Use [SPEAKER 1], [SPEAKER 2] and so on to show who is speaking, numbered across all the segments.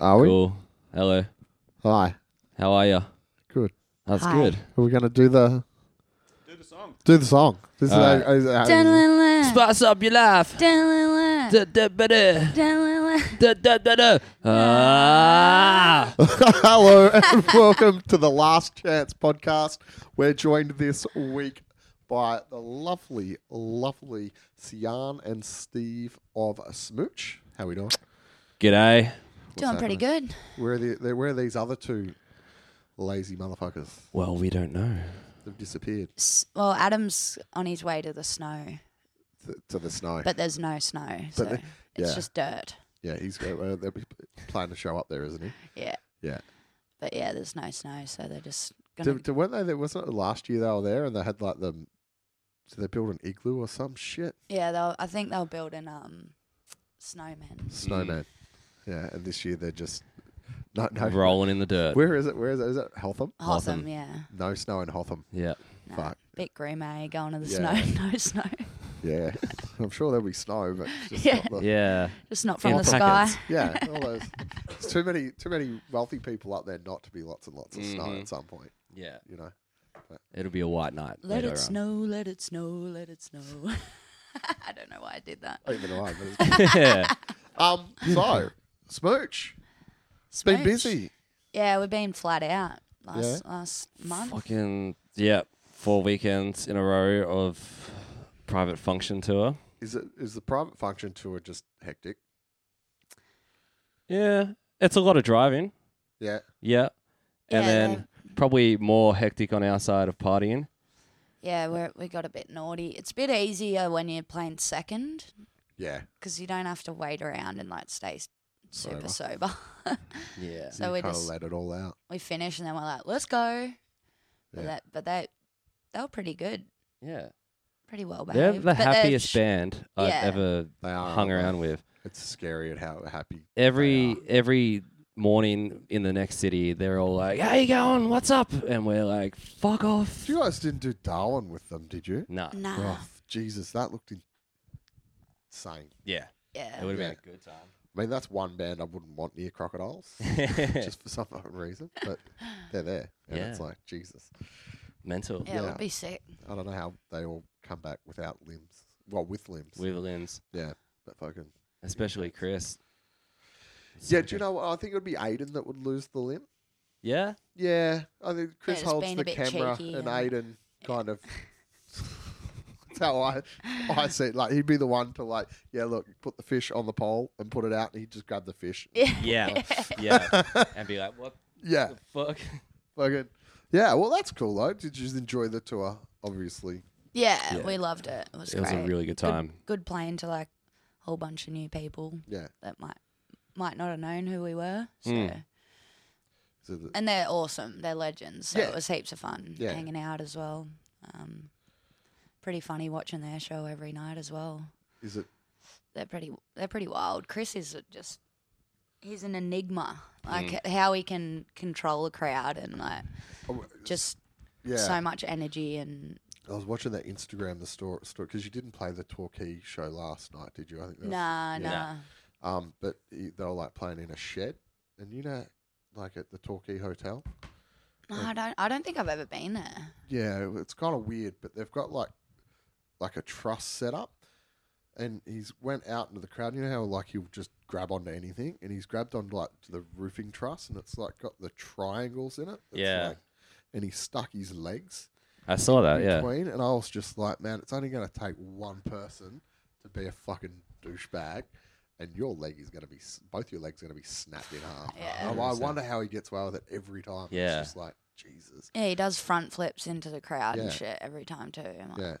[SPEAKER 1] Are we?
[SPEAKER 2] Cool. Hello.
[SPEAKER 1] Hi.
[SPEAKER 2] How are you?
[SPEAKER 1] Good.
[SPEAKER 2] That's
[SPEAKER 3] Hi.
[SPEAKER 2] good.
[SPEAKER 1] Are we going to do the. Do the song. Do the song. This
[SPEAKER 2] All
[SPEAKER 1] is, our- is our-
[SPEAKER 3] Dun-dun-dun.
[SPEAKER 2] Spice up your life.
[SPEAKER 3] Dun-dun-dun.
[SPEAKER 2] Da, da, ba, da.
[SPEAKER 3] Dun-dun-dun.
[SPEAKER 2] Da, da, ba, da. Ah.
[SPEAKER 1] Hello and welcome to the Last Chance podcast. We're joined this week by the lovely, lovely Sian and Steve of Smooch. How we doing?
[SPEAKER 2] G'day.
[SPEAKER 3] Doing pretty good.
[SPEAKER 1] Where are, the, where are these other two lazy motherfuckers?
[SPEAKER 2] Well, we don't know.
[SPEAKER 1] They've disappeared
[SPEAKER 3] S- Well, Adam's on his way to the snow,
[SPEAKER 1] th- to the snow.
[SPEAKER 3] but there's no snow, so
[SPEAKER 1] they- yeah.
[SPEAKER 3] it's just dirt.
[SPEAKER 1] yeah, he's go- uh, they're planning to show up there, isn't he?
[SPEAKER 3] Yeah,
[SPEAKER 1] Yeah.
[SPEAKER 3] but yeah, there's no snow, so they're just gonna.
[SPEAKER 1] Did, did, weren't they there? Wasn't it last year they were there and they had like the. Did they build an igloo or some shit?
[SPEAKER 3] yeah, they'll. I think they'll build an um, snowman.
[SPEAKER 1] Snowman. Yeah, and this year they're just. No, no.
[SPEAKER 2] Rolling in the dirt.
[SPEAKER 1] Where is it? Where is it? Is it Hotham?
[SPEAKER 3] Awesome,
[SPEAKER 2] Awesome.
[SPEAKER 3] yeah.
[SPEAKER 1] No snow in Hotham.
[SPEAKER 2] Yeah.
[SPEAKER 3] No,
[SPEAKER 1] Fuck.
[SPEAKER 3] Bit grim, eh? Going to the
[SPEAKER 1] Yeah.
[SPEAKER 3] snow, no snow.
[SPEAKER 1] Yeah. I'm sure there'll be snow, but it's just
[SPEAKER 3] Yeah.
[SPEAKER 1] not the,
[SPEAKER 2] Yeah.
[SPEAKER 3] Just not from
[SPEAKER 2] In
[SPEAKER 3] the sky.
[SPEAKER 2] packets.
[SPEAKER 1] yeah, all those. It's too many, too many wealthy people up there not to be lots and lots of snow
[SPEAKER 3] Mm-hmm.
[SPEAKER 2] Mhm.
[SPEAKER 1] at some point.
[SPEAKER 2] Yeah.
[SPEAKER 1] You know.
[SPEAKER 2] It'll be a white night.
[SPEAKER 3] Let
[SPEAKER 2] later
[SPEAKER 3] it
[SPEAKER 2] on.
[SPEAKER 3] snow, let it snow, let it snow. I don't know why I did that.
[SPEAKER 1] I don't even know. why, But it's,
[SPEAKER 2] yeah.
[SPEAKER 1] um. So, smooch.
[SPEAKER 3] It's
[SPEAKER 1] Been busy.
[SPEAKER 3] Yeah, we've been flat out last last month.
[SPEAKER 2] Fucking, yeah. Four weekends in a row of private function tour.
[SPEAKER 1] Is it? Is the private function tour just hectic?
[SPEAKER 2] Yeah. It's a lot of driving.
[SPEAKER 1] Yeah.
[SPEAKER 2] Yeah. And
[SPEAKER 3] Yeah,
[SPEAKER 2] then probably more hectic on our side of partying.
[SPEAKER 3] Yeah, we we got a bit naughty. It's a bit easier when you're playing second
[SPEAKER 1] Yeah.
[SPEAKER 3] because you don't have to wait around and like stay s- super sober.
[SPEAKER 2] Yeah.
[SPEAKER 3] So we
[SPEAKER 1] kind of
[SPEAKER 3] just-
[SPEAKER 1] let it all out.
[SPEAKER 3] we finish and then we're like, let's go. But
[SPEAKER 1] Yeah.
[SPEAKER 3] that but they they were pretty good,
[SPEAKER 2] Yeah.
[SPEAKER 3] pretty well behaved.
[SPEAKER 2] They're the
[SPEAKER 3] But
[SPEAKER 2] happiest
[SPEAKER 3] sh-
[SPEAKER 2] band I've
[SPEAKER 3] yeah.
[SPEAKER 2] ever
[SPEAKER 1] They are,
[SPEAKER 2] hung
[SPEAKER 1] aren't they?
[SPEAKER 2] around with.
[SPEAKER 1] It's scary at how happy.
[SPEAKER 2] Every
[SPEAKER 1] are.
[SPEAKER 2] every morning in the next city, they're all like, "How you going? What's up?" And we're like, "Fuck off."
[SPEAKER 1] You guys didn't do Darwin with them, did you?
[SPEAKER 2] Nah.
[SPEAKER 3] Nah,
[SPEAKER 1] Oh, Jesus, that looked insane.
[SPEAKER 2] Yeah. It
[SPEAKER 3] yeah.
[SPEAKER 2] would have
[SPEAKER 1] Yeah.
[SPEAKER 2] been a good time.
[SPEAKER 1] I mean, that's one band I wouldn't want near crocodiles, just for some fucking reason. But they're there, and it's
[SPEAKER 2] Yeah.
[SPEAKER 1] like Jesus.
[SPEAKER 2] Mental.
[SPEAKER 3] Yeah, it
[SPEAKER 1] yeah.
[SPEAKER 3] would be sick.
[SPEAKER 1] I don't know how they all come back without limbs. Well, with limbs.
[SPEAKER 2] With limbs,
[SPEAKER 1] yeah, but fucking.
[SPEAKER 2] especially Chris.
[SPEAKER 1] Yeah, do you know? what? I think it would be Aiden that would lose the limb.
[SPEAKER 2] Yeah.
[SPEAKER 1] Yeah, I think Chris
[SPEAKER 3] just
[SPEAKER 1] holds
[SPEAKER 3] being
[SPEAKER 1] the
[SPEAKER 3] a bit
[SPEAKER 1] camera,
[SPEAKER 3] cheeky
[SPEAKER 1] and
[SPEAKER 3] and-
[SPEAKER 1] Aiden kind of. That's how I, I see it. Like he'd be the one to like, yeah, look, put the fish on the pole and put it out, and he'd just grab the fish.
[SPEAKER 2] Yeah. yeah. And be like, "What
[SPEAKER 1] Yeah,
[SPEAKER 2] the fuck?"
[SPEAKER 1] fucking. Yeah, well, that's cool though. Did you enjoy the tour? Obviously.
[SPEAKER 3] Yeah,
[SPEAKER 2] Yeah.
[SPEAKER 3] we loved it. It was
[SPEAKER 2] It was a
[SPEAKER 3] great.
[SPEAKER 2] really good time.
[SPEAKER 3] good playing to like a whole bunch of new people
[SPEAKER 1] Yeah.
[SPEAKER 3] that might might not have known who we were. So
[SPEAKER 2] Mm.
[SPEAKER 1] So the-
[SPEAKER 3] and they're awesome. They're legends. So
[SPEAKER 1] Yeah.
[SPEAKER 3] it was heaps of fun
[SPEAKER 1] Yeah.
[SPEAKER 3] hanging out as well. Um, pretty funny watching their show every night as well.
[SPEAKER 1] is it?
[SPEAKER 3] They're pretty they're pretty wild. Chris is just he's an enigma. Like
[SPEAKER 1] Mm.
[SPEAKER 3] how he can control a crowd and like
[SPEAKER 1] oh,
[SPEAKER 3] just
[SPEAKER 1] Yeah.
[SPEAKER 3] so much energy and
[SPEAKER 1] I was watching that Instagram the store store because you didn't play the Torquay show last night, did you? I think. that was-
[SPEAKER 3] nah
[SPEAKER 1] yeah.
[SPEAKER 3] nah.
[SPEAKER 1] Um, but he- they were like playing in a shed, and you know, like at the Torquay Hotel.
[SPEAKER 3] No, I don't I don't think I've ever been there.
[SPEAKER 1] Yeah, it- it's kind of weird, but they've got like like a truss set up, and he's went out into the crowd. You know how like he'll just grab onto anything, and he's grabbed onto like the roofing truss, and it's like got the triangles in it. It's
[SPEAKER 2] Yeah.
[SPEAKER 1] like- and he stuck his legs
[SPEAKER 2] I saw that. Yeah.
[SPEAKER 1] between, and I was just like, man, it's only going to take one person to be a fucking douchebag. And your leg is going to be, s- both your legs are going to be snapped in half. Oh,
[SPEAKER 3] Yeah.
[SPEAKER 1] I- I
[SPEAKER 2] 100%.
[SPEAKER 1] wonder how he gets away with it every time.
[SPEAKER 2] Yeah.
[SPEAKER 1] It's just like, Jesus.
[SPEAKER 3] Yeah, he does front flips into the crowd
[SPEAKER 1] Yeah.
[SPEAKER 3] and shit every time too. I'm like,
[SPEAKER 1] Yeah.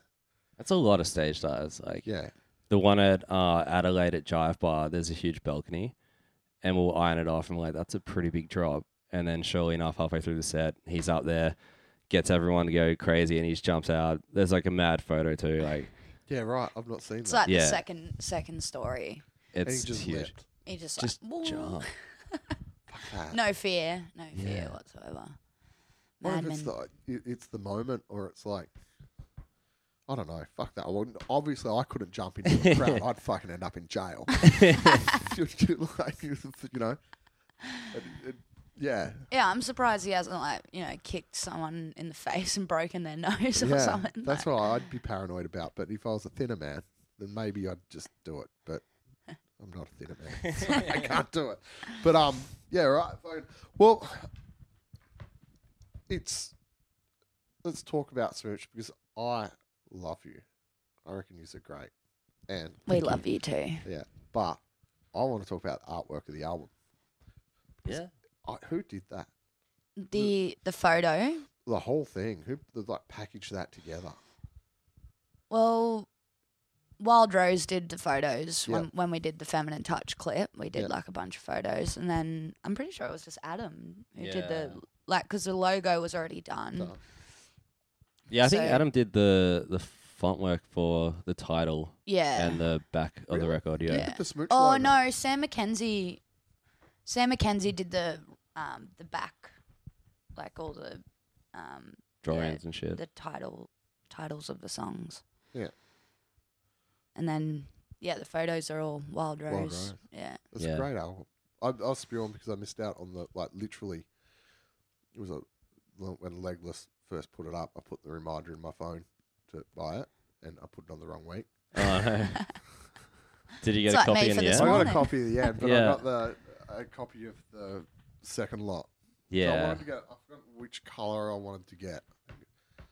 [SPEAKER 2] That's a lot of stage stars. Like,
[SPEAKER 1] Yeah.
[SPEAKER 2] the one at uh, Adelaide at Jive Bar, there's a huge balcony, and we'll iron it off. And we're like, that's a pretty big drop. And then, surely enough, halfway through the set, he's up there, gets everyone to go crazy, and he just jumps out. There's like a mad photo too. Like,
[SPEAKER 1] Yeah, right. I've not seen
[SPEAKER 3] It's
[SPEAKER 1] that.
[SPEAKER 3] like
[SPEAKER 2] Yeah.
[SPEAKER 3] the second second story.
[SPEAKER 1] And he
[SPEAKER 2] it's
[SPEAKER 1] just
[SPEAKER 2] huge.
[SPEAKER 1] leapt.
[SPEAKER 3] He just,
[SPEAKER 2] Just
[SPEAKER 3] like, "Woo."
[SPEAKER 2] jump.
[SPEAKER 1] Fuck that.
[SPEAKER 3] No fear, no fear
[SPEAKER 2] Yeah.
[SPEAKER 3] whatsoever.
[SPEAKER 1] What if it's
[SPEAKER 3] Madman.
[SPEAKER 1] the, it- it's the moment or it's like, I don't know. Fuck that. I wouldn't, obviously, I couldn't jump into the crowd. I'd fucking end up in jail. like, you know, And- and- yeah,
[SPEAKER 3] Yeah, I'm surprised he hasn't like you know kicked someone in the face and broken their nose or
[SPEAKER 1] yeah.
[SPEAKER 3] something.
[SPEAKER 1] That's
[SPEAKER 3] like,
[SPEAKER 1] what I'd be paranoid about. But if I was a thinner man, then maybe I'd just do it. But I'm not a thinner man. so I can't do it. But um, yeah, right. fine. Well, it's let's talk about smooch because I love you. I reckon you're great, and
[SPEAKER 3] we love you too.
[SPEAKER 1] yeah. But I want to talk about the artwork of the album.
[SPEAKER 2] Yeah.
[SPEAKER 1] I, who did that? Mm.
[SPEAKER 3] The the photo.
[SPEAKER 1] The whole thing. Who like packaged that together?
[SPEAKER 3] Well, Wild Rose did the photos
[SPEAKER 1] Yeah.
[SPEAKER 3] when, when we did the Feminine Touch clip. We did
[SPEAKER 1] Yeah.
[SPEAKER 3] like a bunch of photos, and then I'm pretty sure it was just Adam who did the
[SPEAKER 2] Yeah.
[SPEAKER 3] like because the logo was already done.
[SPEAKER 1] Done.
[SPEAKER 2] Yeah, I think
[SPEAKER 3] So-
[SPEAKER 2] Adam did the the font work for the title
[SPEAKER 3] Yeah.
[SPEAKER 2] and the back of the
[SPEAKER 1] Really?
[SPEAKER 2] record.
[SPEAKER 1] Who
[SPEAKER 2] Yeah.
[SPEAKER 3] Yeah.
[SPEAKER 1] did the smooch?
[SPEAKER 3] oh
[SPEAKER 1] logo?
[SPEAKER 3] no, Sam McKenzie. Sam McKenzie did the um the back, like all the um
[SPEAKER 2] drawings and shit.
[SPEAKER 3] the title titles of the songs.
[SPEAKER 1] Yeah.
[SPEAKER 3] And then yeah, the photos are all Wild Rose.
[SPEAKER 1] Rose.
[SPEAKER 3] Yeah.
[SPEAKER 1] It's
[SPEAKER 2] Yeah.
[SPEAKER 1] a great album. I, I was spewing because I missed out on the like literally. It was a when Legless first put it up. I put the reminder in my phone to buy it, and I put it on the wrong week.
[SPEAKER 2] Oh, no. Did you get
[SPEAKER 3] It's
[SPEAKER 2] a
[SPEAKER 3] like
[SPEAKER 2] copy
[SPEAKER 3] me
[SPEAKER 2] in
[SPEAKER 3] for
[SPEAKER 2] the
[SPEAKER 3] this
[SPEAKER 1] I
[SPEAKER 2] end?
[SPEAKER 1] got
[SPEAKER 3] morning.
[SPEAKER 1] a copy of the end, but I
[SPEAKER 2] Yeah.
[SPEAKER 1] got the a copy of the second lot. so I
[SPEAKER 2] Yeah.
[SPEAKER 1] wanted to get. I forgot which color I wanted to get. I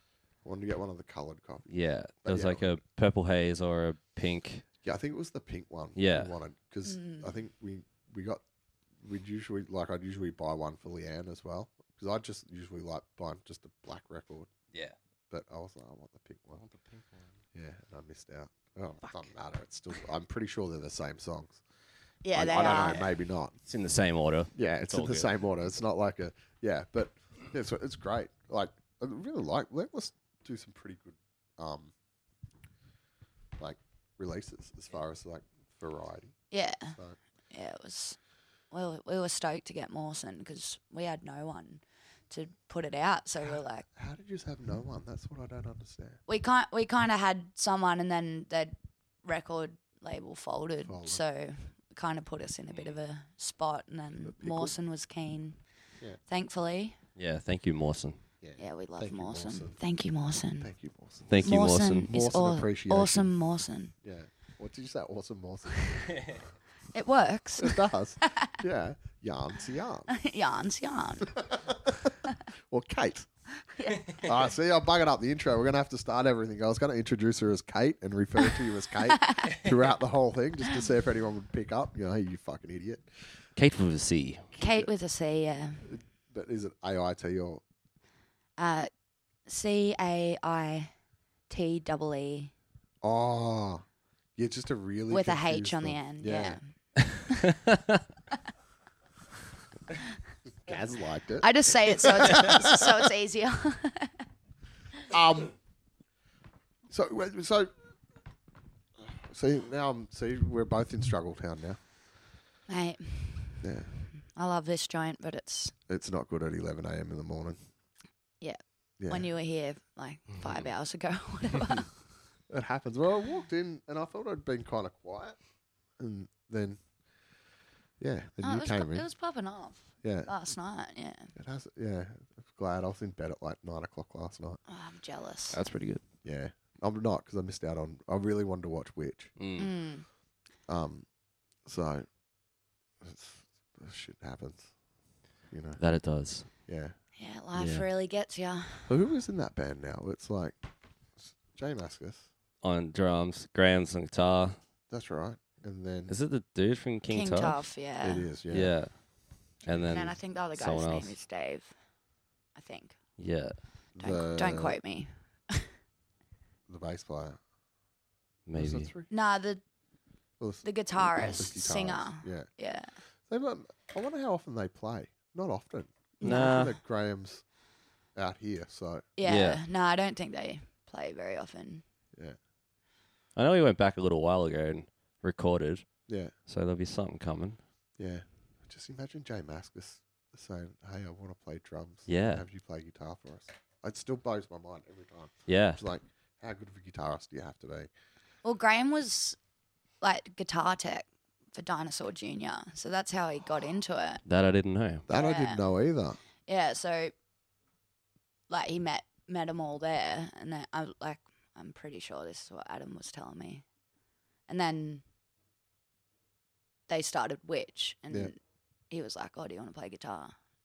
[SPEAKER 1] wanted to get one of the colored copies.
[SPEAKER 2] Yeah.
[SPEAKER 1] But
[SPEAKER 2] There was
[SPEAKER 1] yeah.
[SPEAKER 2] like a purple haze or a pink.
[SPEAKER 1] Yeah, I think it was the pink one.
[SPEAKER 2] Yeah.
[SPEAKER 1] we wanted because
[SPEAKER 3] Mm.
[SPEAKER 1] I think we we got we'd usually like I'd usually buy one for Leanne as well because I just usually like buying just a black record.
[SPEAKER 2] Yeah.
[SPEAKER 1] But I was like, I want the pink one. Yeah, and I missed out. Oh, it doesn't matter. It's still. I'm pretty sure they're the same songs.
[SPEAKER 3] Yeah,
[SPEAKER 1] I,
[SPEAKER 3] they
[SPEAKER 1] I don't
[SPEAKER 3] are.
[SPEAKER 1] know. Maybe not.
[SPEAKER 2] It's in the same order.
[SPEAKER 1] Yeah, it's, in
[SPEAKER 2] all
[SPEAKER 1] the
[SPEAKER 2] good.
[SPEAKER 1] same order. It's not like a yeah, but yeah, so it's great. Like I really like. Let, us do some pretty good, um, like releases as far as like variety.
[SPEAKER 3] Yeah,
[SPEAKER 1] So
[SPEAKER 3] yeah, it was. Well, we were stoked to get Mawson because we had no one to put it out. So we're like,
[SPEAKER 1] How did you just have no one? That's what I don't understand.
[SPEAKER 3] we can't. We kind of had someone, and then that record label folded.
[SPEAKER 1] Folded.
[SPEAKER 3] So kind of put us in a bit of a spot, and
[SPEAKER 1] A
[SPEAKER 3] then
[SPEAKER 1] pickle.
[SPEAKER 3] Mawson was keen.
[SPEAKER 1] Yeah.
[SPEAKER 3] Thankfully,
[SPEAKER 2] Yeah. Thank you, Mawson.
[SPEAKER 3] yeah, we love
[SPEAKER 1] Thank you, Mawson.
[SPEAKER 3] Mawson.
[SPEAKER 1] Thank
[SPEAKER 3] Thank you, Mawson.
[SPEAKER 1] Thank you, Mawson.
[SPEAKER 2] Thank you, Mawson.
[SPEAKER 3] is
[SPEAKER 1] Mawson
[SPEAKER 3] aw-
[SPEAKER 1] appreciation.
[SPEAKER 3] awesome, Mawson.
[SPEAKER 1] Yeah. What did you say? Awesome, Mawson.
[SPEAKER 3] It works.
[SPEAKER 1] it does. Yeah. Yarn's a yarn.
[SPEAKER 3] yarns, yarn.
[SPEAKER 1] Or Kate. Ah, see, I'm bugging up the intro. We're going to have to start everything. I was going to introduce her as Kate and refer to you as Kate throughout the whole thing just to see if anyone would pick up. You know, hey, you fucking idiot.
[SPEAKER 2] Kate with a C.
[SPEAKER 3] Kate with a C. Yeah.
[SPEAKER 1] But is it AIT or
[SPEAKER 3] Uh, C A I T double E
[SPEAKER 1] Oh, yeah, just a really
[SPEAKER 3] with a
[SPEAKER 1] confused
[SPEAKER 3] H on the
[SPEAKER 1] one.
[SPEAKER 3] end. Yeah.
[SPEAKER 1] Gaz liked it.
[SPEAKER 3] I just say it so it's, so it's easier.
[SPEAKER 1] Um. So w- so. See now I'm see we're both in struggle town now.
[SPEAKER 3] Mate,
[SPEAKER 1] Yeah,
[SPEAKER 3] I love this joint, but it's
[SPEAKER 1] it's not good at eleven a.m. in the morning.
[SPEAKER 3] Yeah.
[SPEAKER 1] Yeah.
[SPEAKER 3] when you were here like
[SPEAKER 2] Mm-hmm.
[SPEAKER 3] five hours ago or whatever.
[SPEAKER 1] it happens. Well, I walked in and I thought I'd been kind of quiet, and then yeah, then
[SPEAKER 3] Oh,
[SPEAKER 1] you
[SPEAKER 3] it, was
[SPEAKER 1] came
[SPEAKER 3] pop-
[SPEAKER 1] in.
[SPEAKER 3] it was popping off
[SPEAKER 1] yeah,
[SPEAKER 3] last night. Yeah.
[SPEAKER 1] it has. Yeah, I'm glad I was in bed at like nine o'clock last night.
[SPEAKER 3] Oh, I'm jealous.
[SPEAKER 2] That's pretty good.
[SPEAKER 1] Yeah, I'm not because I missed out on. I really wanted to watch Witch.
[SPEAKER 2] Mm.
[SPEAKER 3] Mm.
[SPEAKER 1] Um, so it's, shit happens, you know.
[SPEAKER 2] That it does.
[SPEAKER 1] Yeah.
[SPEAKER 3] Yeah, life
[SPEAKER 2] Yeah.
[SPEAKER 3] really gets you.
[SPEAKER 1] But who was in that band now? It's like it's Jay Maskus.
[SPEAKER 2] On drums, Graham's on guitar.
[SPEAKER 1] That's right. And then
[SPEAKER 2] Is it the dude from King,
[SPEAKER 3] King
[SPEAKER 2] Tough?
[SPEAKER 3] Tough, yeah.
[SPEAKER 1] it is, yeah.
[SPEAKER 2] Yeah. And then
[SPEAKER 3] and then I think the other guy's
[SPEAKER 2] someone
[SPEAKER 3] name
[SPEAKER 2] else.
[SPEAKER 3] is Dave. I think.
[SPEAKER 2] yeah,
[SPEAKER 3] Don't, don't quote me.
[SPEAKER 1] The bass player. Was
[SPEAKER 2] maybe.
[SPEAKER 1] it three?
[SPEAKER 3] Nah, the
[SPEAKER 1] Or s- or-
[SPEAKER 3] the
[SPEAKER 1] or
[SPEAKER 3] guitarist,
[SPEAKER 1] the
[SPEAKER 3] singer.
[SPEAKER 1] Yeah.
[SPEAKER 3] Yeah.
[SPEAKER 1] They, mu- I wonder how often they play. Not often.
[SPEAKER 2] Nah.
[SPEAKER 1] That Graham's out here, so
[SPEAKER 3] Yeah.
[SPEAKER 2] Yeah.
[SPEAKER 3] No, I don't think they play very often.
[SPEAKER 2] I know he went back a little while ago and recorded,
[SPEAKER 1] yeah,
[SPEAKER 2] so there'll be something coming.
[SPEAKER 1] yeah. Just imagine Jay Maskus saying, "Hey, I want to play drums.
[SPEAKER 2] Yeah.
[SPEAKER 1] have you play guitar for us?" It still blows my mind every time.
[SPEAKER 2] Yeah.
[SPEAKER 1] It's like, how good of a guitarist do you have to be?
[SPEAKER 3] Well, Graham was like guitar tech for Dinosaur Junior. So that's how he got into it.
[SPEAKER 2] That I didn't know.
[SPEAKER 1] That I
[SPEAKER 3] Yeah.
[SPEAKER 1] didn't know either.
[SPEAKER 3] Yeah, so like he met met them all there, and then I like I'm pretty sure this is what Adam was telling me, and then they started Witch, and
[SPEAKER 1] Yeah.
[SPEAKER 3] he was like, "Oh, do you want to play guitar?"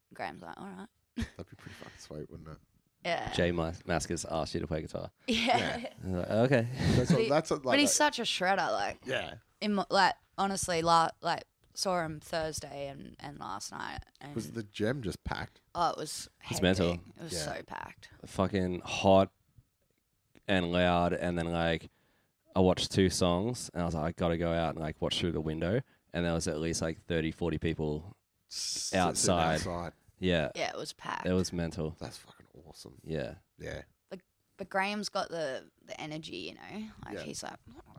[SPEAKER 3] And Graham's like, "All right."
[SPEAKER 1] That'd be pretty fucking sweet, wouldn't it?
[SPEAKER 3] Yeah.
[SPEAKER 2] Jay Mas- Maskus asked you to play guitar.
[SPEAKER 3] yeah.
[SPEAKER 2] And I was like, okay.
[SPEAKER 1] That's,
[SPEAKER 3] But he-
[SPEAKER 1] a, that's a, like
[SPEAKER 3] but he's
[SPEAKER 1] a-
[SPEAKER 3] such a shredder. Like,
[SPEAKER 1] yeah.
[SPEAKER 3] in, my- like honestly, la- like saw him Thursday and, and last night, and
[SPEAKER 1] Was the gem just packed?
[SPEAKER 3] oh, it was
[SPEAKER 2] It's mental.
[SPEAKER 3] hectic. It was
[SPEAKER 1] Yeah.
[SPEAKER 3] so packed.
[SPEAKER 2] fucking hot and loud and then like I watched two songs and I was like, I gotta go out and like watch through the window and there was at least like 30, 40 people.
[SPEAKER 1] S- sitting
[SPEAKER 2] Outside.
[SPEAKER 1] outside.
[SPEAKER 2] Yeah.
[SPEAKER 3] Yeah, it was packed.
[SPEAKER 2] It was mental.
[SPEAKER 1] That's fucking awesome.
[SPEAKER 2] Yeah.
[SPEAKER 1] Yeah.
[SPEAKER 3] but Graham's got the the energy, you know. Like
[SPEAKER 1] Yeah.
[SPEAKER 3] he's like,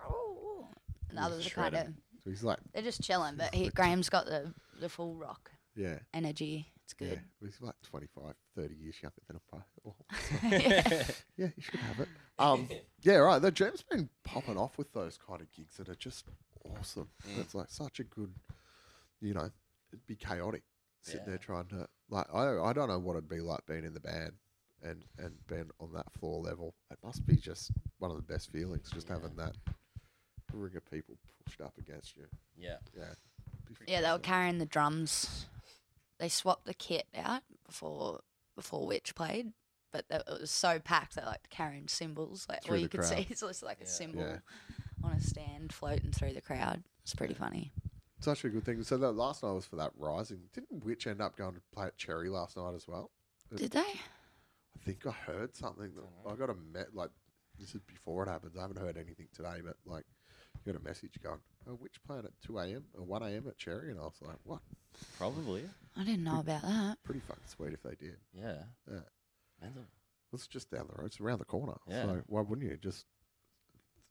[SPEAKER 3] "Oh," and
[SPEAKER 2] He's
[SPEAKER 3] others are kind of
[SPEAKER 2] shredded.
[SPEAKER 1] So he's like,
[SPEAKER 3] they're just chilling. But he, Graham's got the the full rock
[SPEAKER 1] yeah.
[SPEAKER 3] energy. It's
[SPEAKER 1] Yeah.
[SPEAKER 3] good.
[SPEAKER 1] He's like 25, 30 years younger than a pi- oh,
[SPEAKER 3] Yeah.
[SPEAKER 1] Yeah, you should have it. Um, yeah, right. The gem's been popping off with those kind of gigs that are just awesome.
[SPEAKER 3] Mm.
[SPEAKER 1] It's like such a good, you know, it'd be chaotic sitting there trying to like. I I don't know what it'd be like being in the band and and being on that floor level. It must be just one of the best feelings, just having that ring of people pushed up against you.
[SPEAKER 2] Yeah.
[SPEAKER 1] Yeah. Be
[SPEAKER 3] yeah, they were
[SPEAKER 1] awesome.
[SPEAKER 3] carrying the drums. They swapped the kit out before before Witch played, but that- it was so packed they like carrying cymbals. Like
[SPEAKER 1] Through
[SPEAKER 3] all you
[SPEAKER 1] the
[SPEAKER 3] could see
[SPEAKER 1] crowd.
[SPEAKER 3] is just like a
[SPEAKER 2] Yeah.
[SPEAKER 3] cymbal
[SPEAKER 1] Yeah.
[SPEAKER 3] on a stand floating through the crowd. It's pretty funny.
[SPEAKER 1] such a good thing. So that last night was for that rising. Didn't Witch end up going to play at Cherry last night as well?
[SPEAKER 3] Did they?
[SPEAKER 1] I think I heard something. That I got a met like this is before it happens. I haven't heard anything today, but like you got a message going, "Oh, which playing at two a.m. or one a.m. at Cherry?" And I was like, "What?
[SPEAKER 2] Probably.
[SPEAKER 3] I didn't know about that.
[SPEAKER 1] Pretty fucking sweet if they did.
[SPEAKER 2] Yeah.
[SPEAKER 1] Yeah.
[SPEAKER 2] Mental.
[SPEAKER 1] It's just down the road. It's around the corner.
[SPEAKER 2] Yeah.
[SPEAKER 1] So why wouldn't you just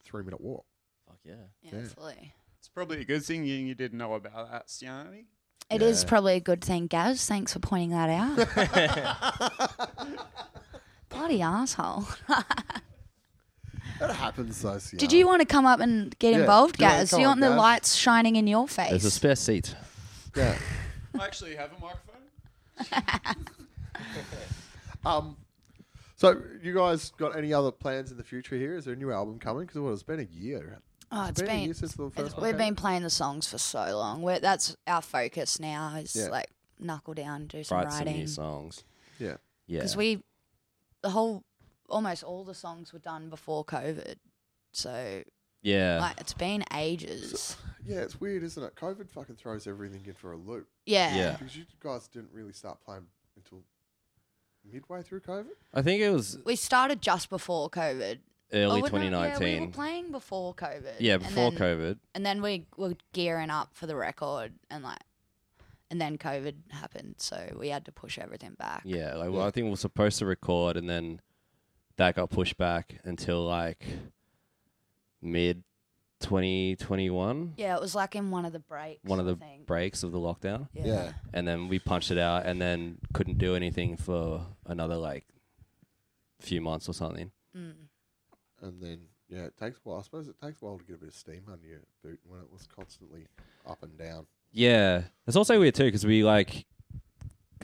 [SPEAKER 1] three minute walk?"
[SPEAKER 2] Fuck yeah.
[SPEAKER 3] Yeah,
[SPEAKER 1] Yeah.
[SPEAKER 3] fully.
[SPEAKER 4] It's probably a good thing you, you didn't know about that, Siani.
[SPEAKER 3] It is
[SPEAKER 1] Yeah.
[SPEAKER 3] probably a good thing, Gaz. Thanks for pointing that out. Bloody asshole.
[SPEAKER 1] It happens, though. Sienna.
[SPEAKER 3] Did you want to come up and get
[SPEAKER 1] Yeah.
[SPEAKER 3] involved,
[SPEAKER 1] Yeah,
[SPEAKER 3] Gaz?
[SPEAKER 1] come
[SPEAKER 3] Do you
[SPEAKER 1] on,
[SPEAKER 3] want the
[SPEAKER 1] Gaz.
[SPEAKER 3] lights shining in your face?
[SPEAKER 2] There's a spare seat.
[SPEAKER 1] Yeah.
[SPEAKER 4] I actually have a microphone.
[SPEAKER 1] Um, so you guys got any other plans in the future here? Is there a new album coming? Because well, it's been a year.
[SPEAKER 3] oh,
[SPEAKER 1] Has it
[SPEAKER 3] it's
[SPEAKER 1] a
[SPEAKER 3] been.
[SPEAKER 1] year since the
[SPEAKER 3] It's,
[SPEAKER 1] first. one
[SPEAKER 3] we've
[SPEAKER 1] came
[SPEAKER 3] been playing the songs for so long. We're, that's our focus now. Is
[SPEAKER 1] Yeah.
[SPEAKER 3] like knuckle down, do some
[SPEAKER 2] Write some
[SPEAKER 3] writing.
[SPEAKER 2] new songs.
[SPEAKER 1] Yeah.
[SPEAKER 2] Yeah.
[SPEAKER 3] because we the whole almost all the songs were done before COVID. So
[SPEAKER 2] yeah.
[SPEAKER 3] like it's been ages.
[SPEAKER 1] Yeah, it's weird, isn't it? COVID fucking throws everything in for a loop
[SPEAKER 3] yeah.
[SPEAKER 2] Yeah.
[SPEAKER 1] because you guys didn't really start playing until midway through COVID.
[SPEAKER 2] I think it was
[SPEAKER 3] We started just before COVID. Oh,
[SPEAKER 2] early
[SPEAKER 3] we're not-
[SPEAKER 2] 2019.
[SPEAKER 3] yeah, we were playing before COVID.
[SPEAKER 2] Yeah,
[SPEAKER 3] and
[SPEAKER 2] before
[SPEAKER 3] then-
[SPEAKER 2] COVID.
[SPEAKER 3] and then we were gearing up for the record and like and then covid happened so we had to push everything back
[SPEAKER 2] Yeah, like well, I think we were supposed to record, and then that got pushed back until like mid 2021,
[SPEAKER 3] yeah it was like in one of the breaks
[SPEAKER 2] one of
[SPEAKER 3] I
[SPEAKER 2] the
[SPEAKER 3] think.
[SPEAKER 2] breaks of the lockdown,
[SPEAKER 3] yeah.
[SPEAKER 1] Yeah.
[SPEAKER 2] and then we punched it out, and then couldn't do anything for another like few months or something.
[SPEAKER 3] Mm.
[SPEAKER 1] And then yeah, it takes a while. I suppose it takes a while to get a bit of steam under your boot when it was constantly up and down.
[SPEAKER 2] Yeah, it's also weird too because we like,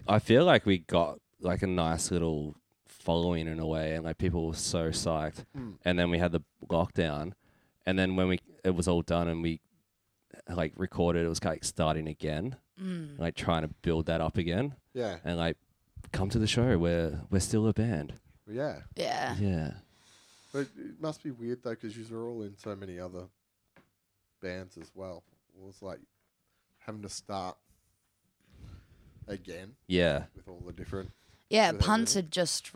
[SPEAKER 2] I feel like we got like a nice little following in a way, and like people were so psyched.
[SPEAKER 1] Mm.
[SPEAKER 2] and then we had the lockdown, and then when we it was all done and we like recorded, it was like starting again,
[SPEAKER 3] Mm.
[SPEAKER 2] like trying to build that up again,
[SPEAKER 1] Yeah,
[SPEAKER 2] and like come to the show, we're we're still a band,
[SPEAKER 1] yeah.
[SPEAKER 3] yeah
[SPEAKER 2] yeah,
[SPEAKER 1] But it must be weird though because you were all in so many other bands as well. It was like having to start again
[SPEAKER 2] yeah,
[SPEAKER 1] with all the different.
[SPEAKER 3] yeah
[SPEAKER 1] So that
[SPEAKER 3] punts
[SPEAKER 1] really-
[SPEAKER 3] had just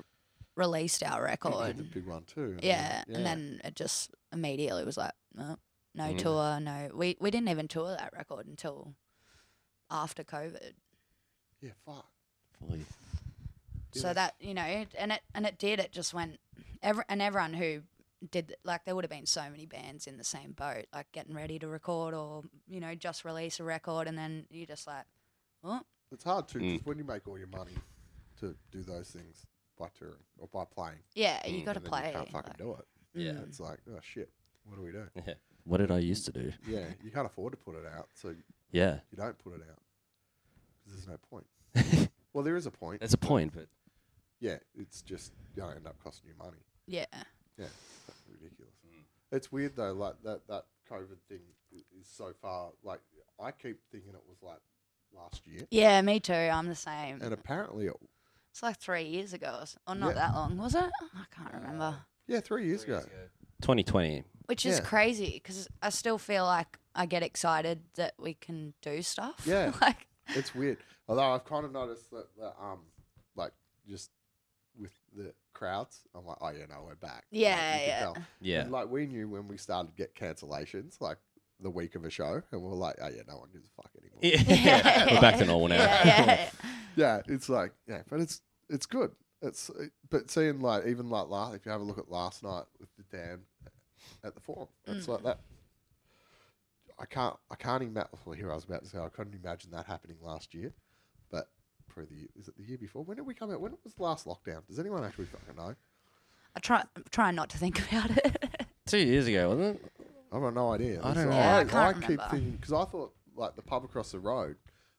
[SPEAKER 3] released our
[SPEAKER 1] The
[SPEAKER 3] record
[SPEAKER 1] big one too. and then-
[SPEAKER 3] yeah. and then it just immediately was like no, no
[SPEAKER 2] Mm.
[SPEAKER 3] tour no we, we didn't even tour that record until after covid
[SPEAKER 1] yeah, fuck.
[SPEAKER 2] Fully.
[SPEAKER 1] Yeah.
[SPEAKER 3] So that you know, it- and it and it did. It just went. Every, and everyone who did like there would have been so many bands in the same boat, like getting ready to record or you know just release a record, and then you just like, oh
[SPEAKER 1] It's hard too
[SPEAKER 2] Mm.
[SPEAKER 1] because when you make all your money to do those things by touring or by playing,
[SPEAKER 3] yeah, you
[SPEAKER 2] Mm.
[SPEAKER 3] got to
[SPEAKER 1] and then
[SPEAKER 3] play.
[SPEAKER 1] you can't fucking
[SPEAKER 3] like,
[SPEAKER 1] do it.
[SPEAKER 2] Yeah.
[SPEAKER 3] mm.
[SPEAKER 1] It's like, oh shit, what do we do?
[SPEAKER 2] What did I used to do?
[SPEAKER 1] Yeah, you can't afford to put it out, so you
[SPEAKER 2] Yeah,
[SPEAKER 1] don't put it out because there's no point. well, there is a point.
[SPEAKER 2] that's a point, but
[SPEAKER 1] Yeah, it's just going to end up costing you money.
[SPEAKER 3] Yeah.
[SPEAKER 1] Yeah, that's ridiculous. It's weird though, like that that COVID thing i- is so far. Like I keep thinking it was like last year,
[SPEAKER 3] Yeah, me too. I'm the same.
[SPEAKER 1] and apparently, it,
[SPEAKER 3] It's like three years ago, or, s- or not
[SPEAKER 1] Yeah. Uh,
[SPEAKER 3] that long, was it? I can't remember.
[SPEAKER 1] yeah, three years ago.
[SPEAKER 2] 2020.
[SPEAKER 3] Which is
[SPEAKER 1] Yeah.
[SPEAKER 3] crazy because I still feel like I get excited that we can do stuff.
[SPEAKER 1] Yeah.
[SPEAKER 3] like
[SPEAKER 1] It's weird. Although I've kind of noticed that, that um, like just with the crowds, I'm like, oh yeah, no, we're back. Like, you
[SPEAKER 3] Yeah,
[SPEAKER 1] can
[SPEAKER 3] yeah.
[SPEAKER 1] tell.
[SPEAKER 2] Yeah,
[SPEAKER 1] And, like we knew when we started to get cancellations, like the week of a show, and we are like, oh yeah, no one gives a fuck anymore.
[SPEAKER 2] yeah. we're back to normal now.
[SPEAKER 3] Yeah, yeah, yeah.
[SPEAKER 1] yeah, it's like yeah, but it's it's good. It's it, but seeing like even like last if you have a look at last night with the Dan at the forum, it's like that. I can't I can't imagine. Well, here I was about to say I couldn't imagine that happening last year, but probably the year- is it the year before? When did we come out? When was the last lockdown? Does anyone actually fucking know?
[SPEAKER 3] I try try not to think about it.
[SPEAKER 2] Two years ago, wasn't it?
[SPEAKER 1] I've got no idea.
[SPEAKER 2] I
[SPEAKER 1] It's
[SPEAKER 2] don't
[SPEAKER 1] like-
[SPEAKER 2] know. Yeah,
[SPEAKER 3] I can't
[SPEAKER 1] keep
[SPEAKER 3] remember.
[SPEAKER 1] thinking because I thought like the pub across the road.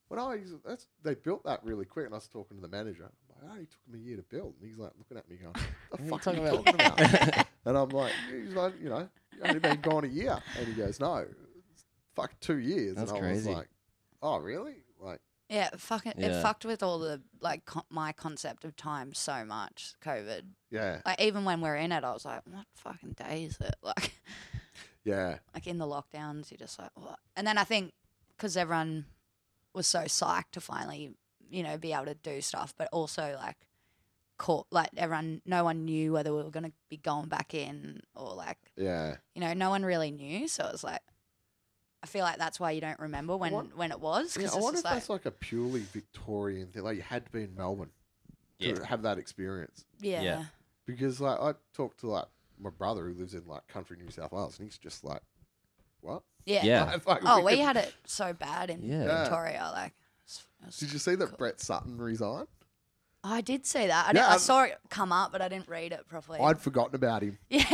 [SPEAKER 1] When I was, that's, they built that really quick, and I was talking to the manager. I'm like, oh, it took me a year to build, and he's like looking at me going, "The
[SPEAKER 2] What are you
[SPEAKER 1] fuck are
[SPEAKER 2] talking
[SPEAKER 1] you
[SPEAKER 2] about?"
[SPEAKER 1] talking about?" and I'm like, he's like, you know, you only been gone a year, and he goes, "No, it's fuck two years."
[SPEAKER 2] That's
[SPEAKER 1] and I
[SPEAKER 2] crazy.
[SPEAKER 1] was like, "Oh, really?" Like,
[SPEAKER 3] yeah, it fucking
[SPEAKER 2] Yeah.
[SPEAKER 3] it fucked with all the like co- my concept of time so much. COVID,
[SPEAKER 1] yeah,
[SPEAKER 3] like even when we're in it, I was like, what fucking day is it? Like
[SPEAKER 1] yeah,
[SPEAKER 3] like in the lockdowns, you're just like, what? And then I think because everyone was so psyched to finally, you know, be able to do stuff, but also like, caught, like everyone, no one knew whether we were going to be going back in or like,
[SPEAKER 1] yeah.
[SPEAKER 3] you know, no one really knew. So it was like, I feel like that's why you don't remember when
[SPEAKER 1] want-
[SPEAKER 3] when it was
[SPEAKER 1] Yeah,
[SPEAKER 3] because
[SPEAKER 1] I
[SPEAKER 3] it's
[SPEAKER 1] wonder if
[SPEAKER 3] just like,
[SPEAKER 1] that's like a purely Victorian thing. Like, you had to be in Melbourne to
[SPEAKER 2] Yeah.
[SPEAKER 1] have that experience.
[SPEAKER 3] yeah,
[SPEAKER 2] yeah.
[SPEAKER 1] because like I talked to like my brother who lives in like country New South Wales, and he's just like, "What?"
[SPEAKER 3] yeah,
[SPEAKER 2] Yeah.
[SPEAKER 1] Like, like,
[SPEAKER 3] Oh, we
[SPEAKER 1] could-
[SPEAKER 3] had it so bad in
[SPEAKER 2] Yeah.
[SPEAKER 1] Yeah.
[SPEAKER 3] Victoria, like. it's- it's-
[SPEAKER 1] Did you see that
[SPEAKER 3] Cool.
[SPEAKER 1] Brett Sutton resigned?
[SPEAKER 3] I did see that. I,
[SPEAKER 1] Yeah,
[SPEAKER 3] did, I
[SPEAKER 1] I'm-
[SPEAKER 3] saw it come up, but I didn't read it properly.
[SPEAKER 1] I'd forgotten about him.
[SPEAKER 3] yeah.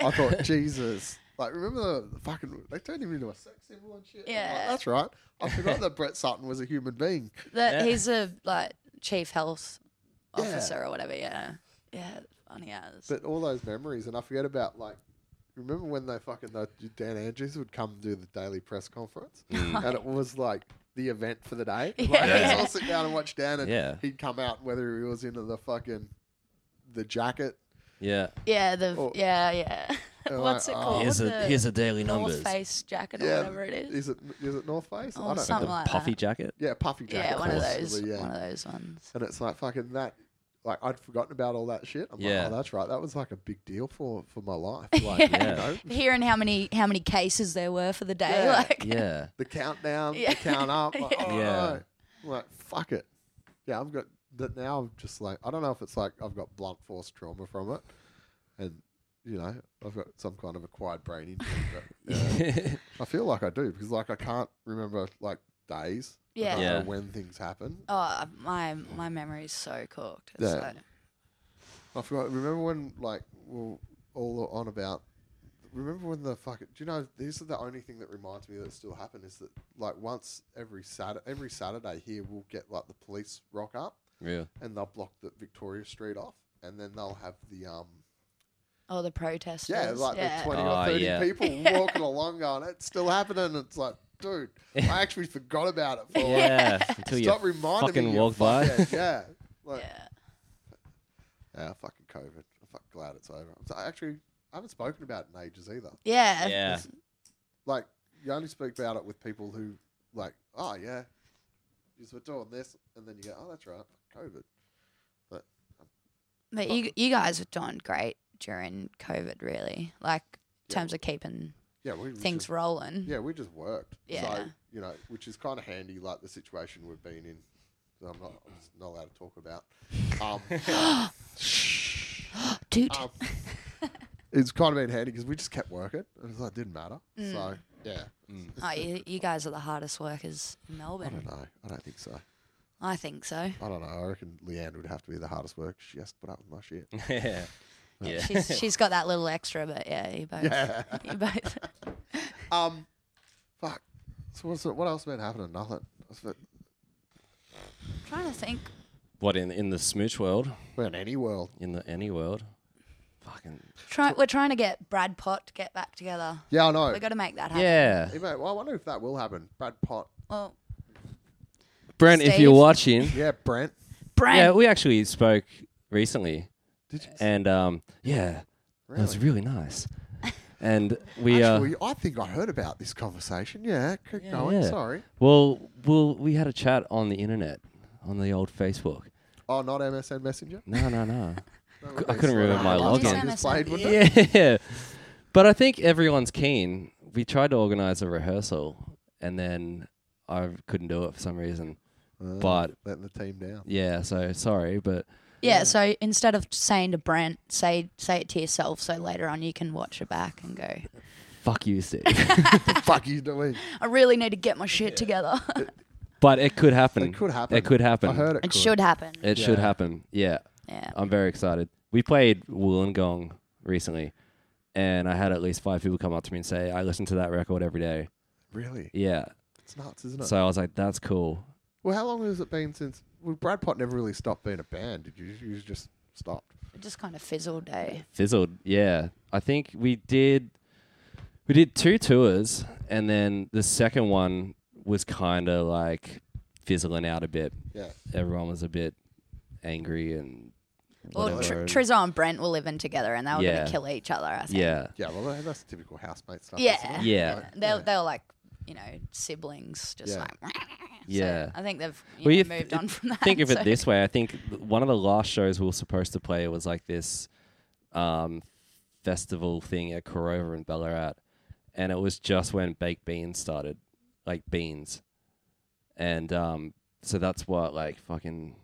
[SPEAKER 1] I thought, Jesus, like remember the fucking they turned him into a sex symbol and shit. I'm like,
[SPEAKER 3] Yeah.
[SPEAKER 1] that's right. I forgot that Brett Sutton was a human being.
[SPEAKER 3] That
[SPEAKER 2] Yeah.
[SPEAKER 3] he's a like chief health
[SPEAKER 1] Yeah.
[SPEAKER 3] officer or whatever. Yeah, yeah, funny as.
[SPEAKER 1] But all those memories, and I forget about like. Remember when they fucking the Dan Andrews would come do the daily press conference,
[SPEAKER 2] Mm.
[SPEAKER 1] and it was like the event for the day. Like,
[SPEAKER 3] Yeah.
[SPEAKER 1] let's all sit down and watch Dan, and
[SPEAKER 2] Yeah.
[SPEAKER 1] he'd come out whether he was into the fucking the jacket.
[SPEAKER 2] Yeah.
[SPEAKER 3] yeah, the
[SPEAKER 1] Oh.
[SPEAKER 3] yeah, yeah.
[SPEAKER 1] Oh,
[SPEAKER 3] What's it
[SPEAKER 1] oh.
[SPEAKER 3] called?
[SPEAKER 2] Here's
[SPEAKER 3] the
[SPEAKER 2] a here's a daily numbers.
[SPEAKER 3] North Face jacket or
[SPEAKER 1] Yeah,
[SPEAKER 3] whatever it is.
[SPEAKER 1] Is it is it North Face?
[SPEAKER 3] Or
[SPEAKER 1] I don't
[SPEAKER 2] Like
[SPEAKER 3] something
[SPEAKER 1] know.
[SPEAKER 2] a
[SPEAKER 3] like
[SPEAKER 2] puffy
[SPEAKER 3] that.
[SPEAKER 2] jacket.
[SPEAKER 1] Yeah, puffy jacket.
[SPEAKER 3] yeah, one of those.
[SPEAKER 1] possibly,
[SPEAKER 3] One
[SPEAKER 1] Yeah.
[SPEAKER 3] of those ones.
[SPEAKER 1] And it's like fucking that. Like I'd forgotten about all that shit. I'm
[SPEAKER 2] Yeah.
[SPEAKER 1] like, oh, that's right. That was like a big deal for for my life. Like,
[SPEAKER 2] Yeah.
[SPEAKER 1] you know,
[SPEAKER 3] Hearing how many how many cases there were for the day,
[SPEAKER 1] Yeah.
[SPEAKER 3] like
[SPEAKER 2] Yeah.
[SPEAKER 1] the countdown,
[SPEAKER 3] Yeah.
[SPEAKER 1] the count up. Like, oh,
[SPEAKER 2] Yeah.
[SPEAKER 1] no. I'm like fuck it. Yeah, I've got that now. I'm just like I don't know if it's like I've got blunt force trauma from it, and you know I've got some kind of acquired brain injury. But, yeah. I feel like I do because like I can't remember like days. I
[SPEAKER 3] Yeah.
[SPEAKER 1] don't know
[SPEAKER 2] Yeah.
[SPEAKER 1] when things happen.
[SPEAKER 3] oh my my memory's so cooked. It's
[SPEAKER 1] Yeah.
[SPEAKER 3] like,
[SPEAKER 1] I forgot. Remember when like we we're all on about. Remember when the fucking? Do you know? This is the only thing that reminds me that it still happened is that like once every Saturday, every Saturday here we'll get like the police rock up
[SPEAKER 2] Real.
[SPEAKER 1] and they'll block the Victoria Street off, and then they'll have the um
[SPEAKER 3] oh the protesters.
[SPEAKER 1] yeah like
[SPEAKER 3] yeah.
[SPEAKER 1] the twenty
[SPEAKER 2] Oh,
[SPEAKER 1] or thirty
[SPEAKER 2] yeah.
[SPEAKER 1] people walking along on it still happening. It's like, dude, I actually forgot about it for like
[SPEAKER 2] Yeah. Until
[SPEAKER 1] Stop
[SPEAKER 2] you
[SPEAKER 1] reminding
[SPEAKER 2] fucking
[SPEAKER 1] me. you
[SPEAKER 2] walk by.
[SPEAKER 1] fuckhead. Yeah. Like, yeah.
[SPEAKER 3] Yeah.
[SPEAKER 1] Ah, fucking COVID. I'm fucking glad it's over. I'm so, actually, I haven't spoken about it in ages either.
[SPEAKER 3] Yeah.
[SPEAKER 2] yeah.
[SPEAKER 1] Like, you only speak about it with people who, like, oh, yeah, yes, we're doing this. And then you go, oh, that's right, COVID.
[SPEAKER 3] But you you guys have done great during COVID, really.
[SPEAKER 1] Yeah.
[SPEAKER 3] Like in
[SPEAKER 1] Mm-hmm.
[SPEAKER 3] terms of keeping
[SPEAKER 1] Yeah, we we
[SPEAKER 3] things
[SPEAKER 1] just,
[SPEAKER 3] rolling.
[SPEAKER 1] Yeah, we just worked. So,
[SPEAKER 3] Yeah.
[SPEAKER 1] you know, which is kind of handy, like the situation we've been in. that I'm not, I'm just not allowed to talk about. Um,
[SPEAKER 3] Dude.
[SPEAKER 1] um, it's kind of been handy because we just kept working. It was like, didn't matter. So, yeah.
[SPEAKER 3] Mm. Oh, you, you guys are the hardest workers in
[SPEAKER 1] I don't
[SPEAKER 3] Melbourne.
[SPEAKER 1] know. I don't think so.
[SPEAKER 3] I, think so.
[SPEAKER 1] I don't know. I reckon Leanne would have to be the hardest work. She has to put up with my shit.
[SPEAKER 2] yeah. Yeah.
[SPEAKER 3] She's she's got that little extra, but yeah, you both
[SPEAKER 1] Yeah.
[SPEAKER 3] you both
[SPEAKER 1] Um, fuck. So what's what else been happening? Nothing. That's it.
[SPEAKER 3] trying to think.
[SPEAKER 2] What in in the smooch world?
[SPEAKER 1] We're in any world.
[SPEAKER 2] In the any world? Fucking
[SPEAKER 3] Try, we're trying to get Brad Pott to get back together.
[SPEAKER 1] Yeah, I know.
[SPEAKER 3] We got to make that happen.
[SPEAKER 2] yeah.
[SPEAKER 1] Hey, mate, well, I wonder if that will happen. Brad Pott.
[SPEAKER 3] Well,
[SPEAKER 2] Brent, if you're
[SPEAKER 3] Steve.
[SPEAKER 2] watching,
[SPEAKER 1] Yeah, Brent.
[SPEAKER 3] Brad.
[SPEAKER 2] yeah, we actually spoke recently,
[SPEAKER 1] Did you?
[SPEAKER 2] and um, yeah, it was
[SPEAKER 1] Really?
[SPEAKER 2] really nice. And we uh,
[SPEAKER 1] Actually, I think I heard about this conversation. Yeah, keep
[SPEAKER 2] Yeah,
[SPEAKER 1] going.
[SPEAKER 2] yeah.
[SPEAKER 1] Sorry.
[SPEAKER 2] well, well, we had a chat on the internet, on the old Facebook.
[SPEAKER 1] Oh, not MSN Messenger.
[SPEAKER 2] No, no, no.
[SPEAKER 1] No,
[SPEAKER 2] I couldn't remember my
[SPEAKER 1] Last
[SPEAKER 2] login.
[SPEAKER 1] time this played, wouldn't it?
[SPEAKER 2] yeah, but I think everyone's keen. We tried to organize a rehearsal, and then I couldn't do it for some reason.
[SPEAKER 1] Uh,
[SPEAKER 2] But
[SPEAKER 1] letting the team down.
[SPEAKER 2] yeah, so sorry, but
[SPEAKER 3] Yeah, so instead of saying to Brent, say say it to yourself so later on you can watch it back and go,
[SPEAKER 2] fuck you, Steve.
[SPEAKER 1] Fuck you doing.
[SPEAKER 3] I really need to get my shit together.
[SPEAKER 2] but it could happen.
[SPEAKER 1] It could happen.
[SPEAKER 2] It could happen.
[SPEAKER 1] I heard it.
[SPEAKER 3] it
[SPEAKER 1] could.
[SPEAKER 3] should happen.
[SPEAKER 2] It should
[SPEAKER 1] Yeah.
[SPEAKER 2] happen. Yeah,
[SPEAKER 3] yeah.
[SPEAKER 2] I'm very excited. We played Wollongong recently, and I had at least five people come up to me and say, "I listen to that record every day."
[SPEAKER 1] Really,
[SPEAKER 2] Yeah.
[SPEAKER 1] it's nuts, isn't it?
[SPEAKER 2] So I was like, "That's cool."
[SPEAKER 1] well, how long has it been since? Well, Brad Pott never really stopped being a band. Did you? You just stopped.
[SPEAKER 3] It just kind of fizzled, eh?
[SPEAKER 2] Fizzled. Yeah, I think we did. We did two tours, and then the second one was kind of like fizzling out a bit.
[SPEAKER 1] Yeah.
[SPEAKER 2] Everyone was a bit angry and
[SPEAKER 3] Well,
[SPEAKER 2] whatever.
[SPEAKER 3] Tr- Trizzo and Brent were living together and they were going
[SPEAKER 2] Yeah.
[SPEAKER 3] to kill each other, I think.
[SPEAKER 2] yeah,
[SPEAKER 1] Yeah, well, that- that's typical housemate stuff. isn't
[SPEAKER 3] Yeah.
[SPEAKER 1] it?
[SPEAKER 2] Yeah.
[SPEAKER 1] Like,
[SPEAKER 3] They, they were like, you know, siblings, just
[SPEAKER 1] Yeah.
[SPEAKER 3] like, so
[SPEAKER 2] Yeah.
[SPEAKER 3] I think they've you
[SPEAKER 2] Well,
[SPEAKER 3] know,
[SPEAKER 2] you th-
[SPEAKER 3] moved on from that.
[SPEAKER 2] think of
[SPEAKER 3] so-
[SPEAKER 2] it this way. I think th- one of the last shows we were supposed to play was like this um, festival thing at Corova in Ballarat, and it was just when baked beans started, like beans, and um, so that's what like fucking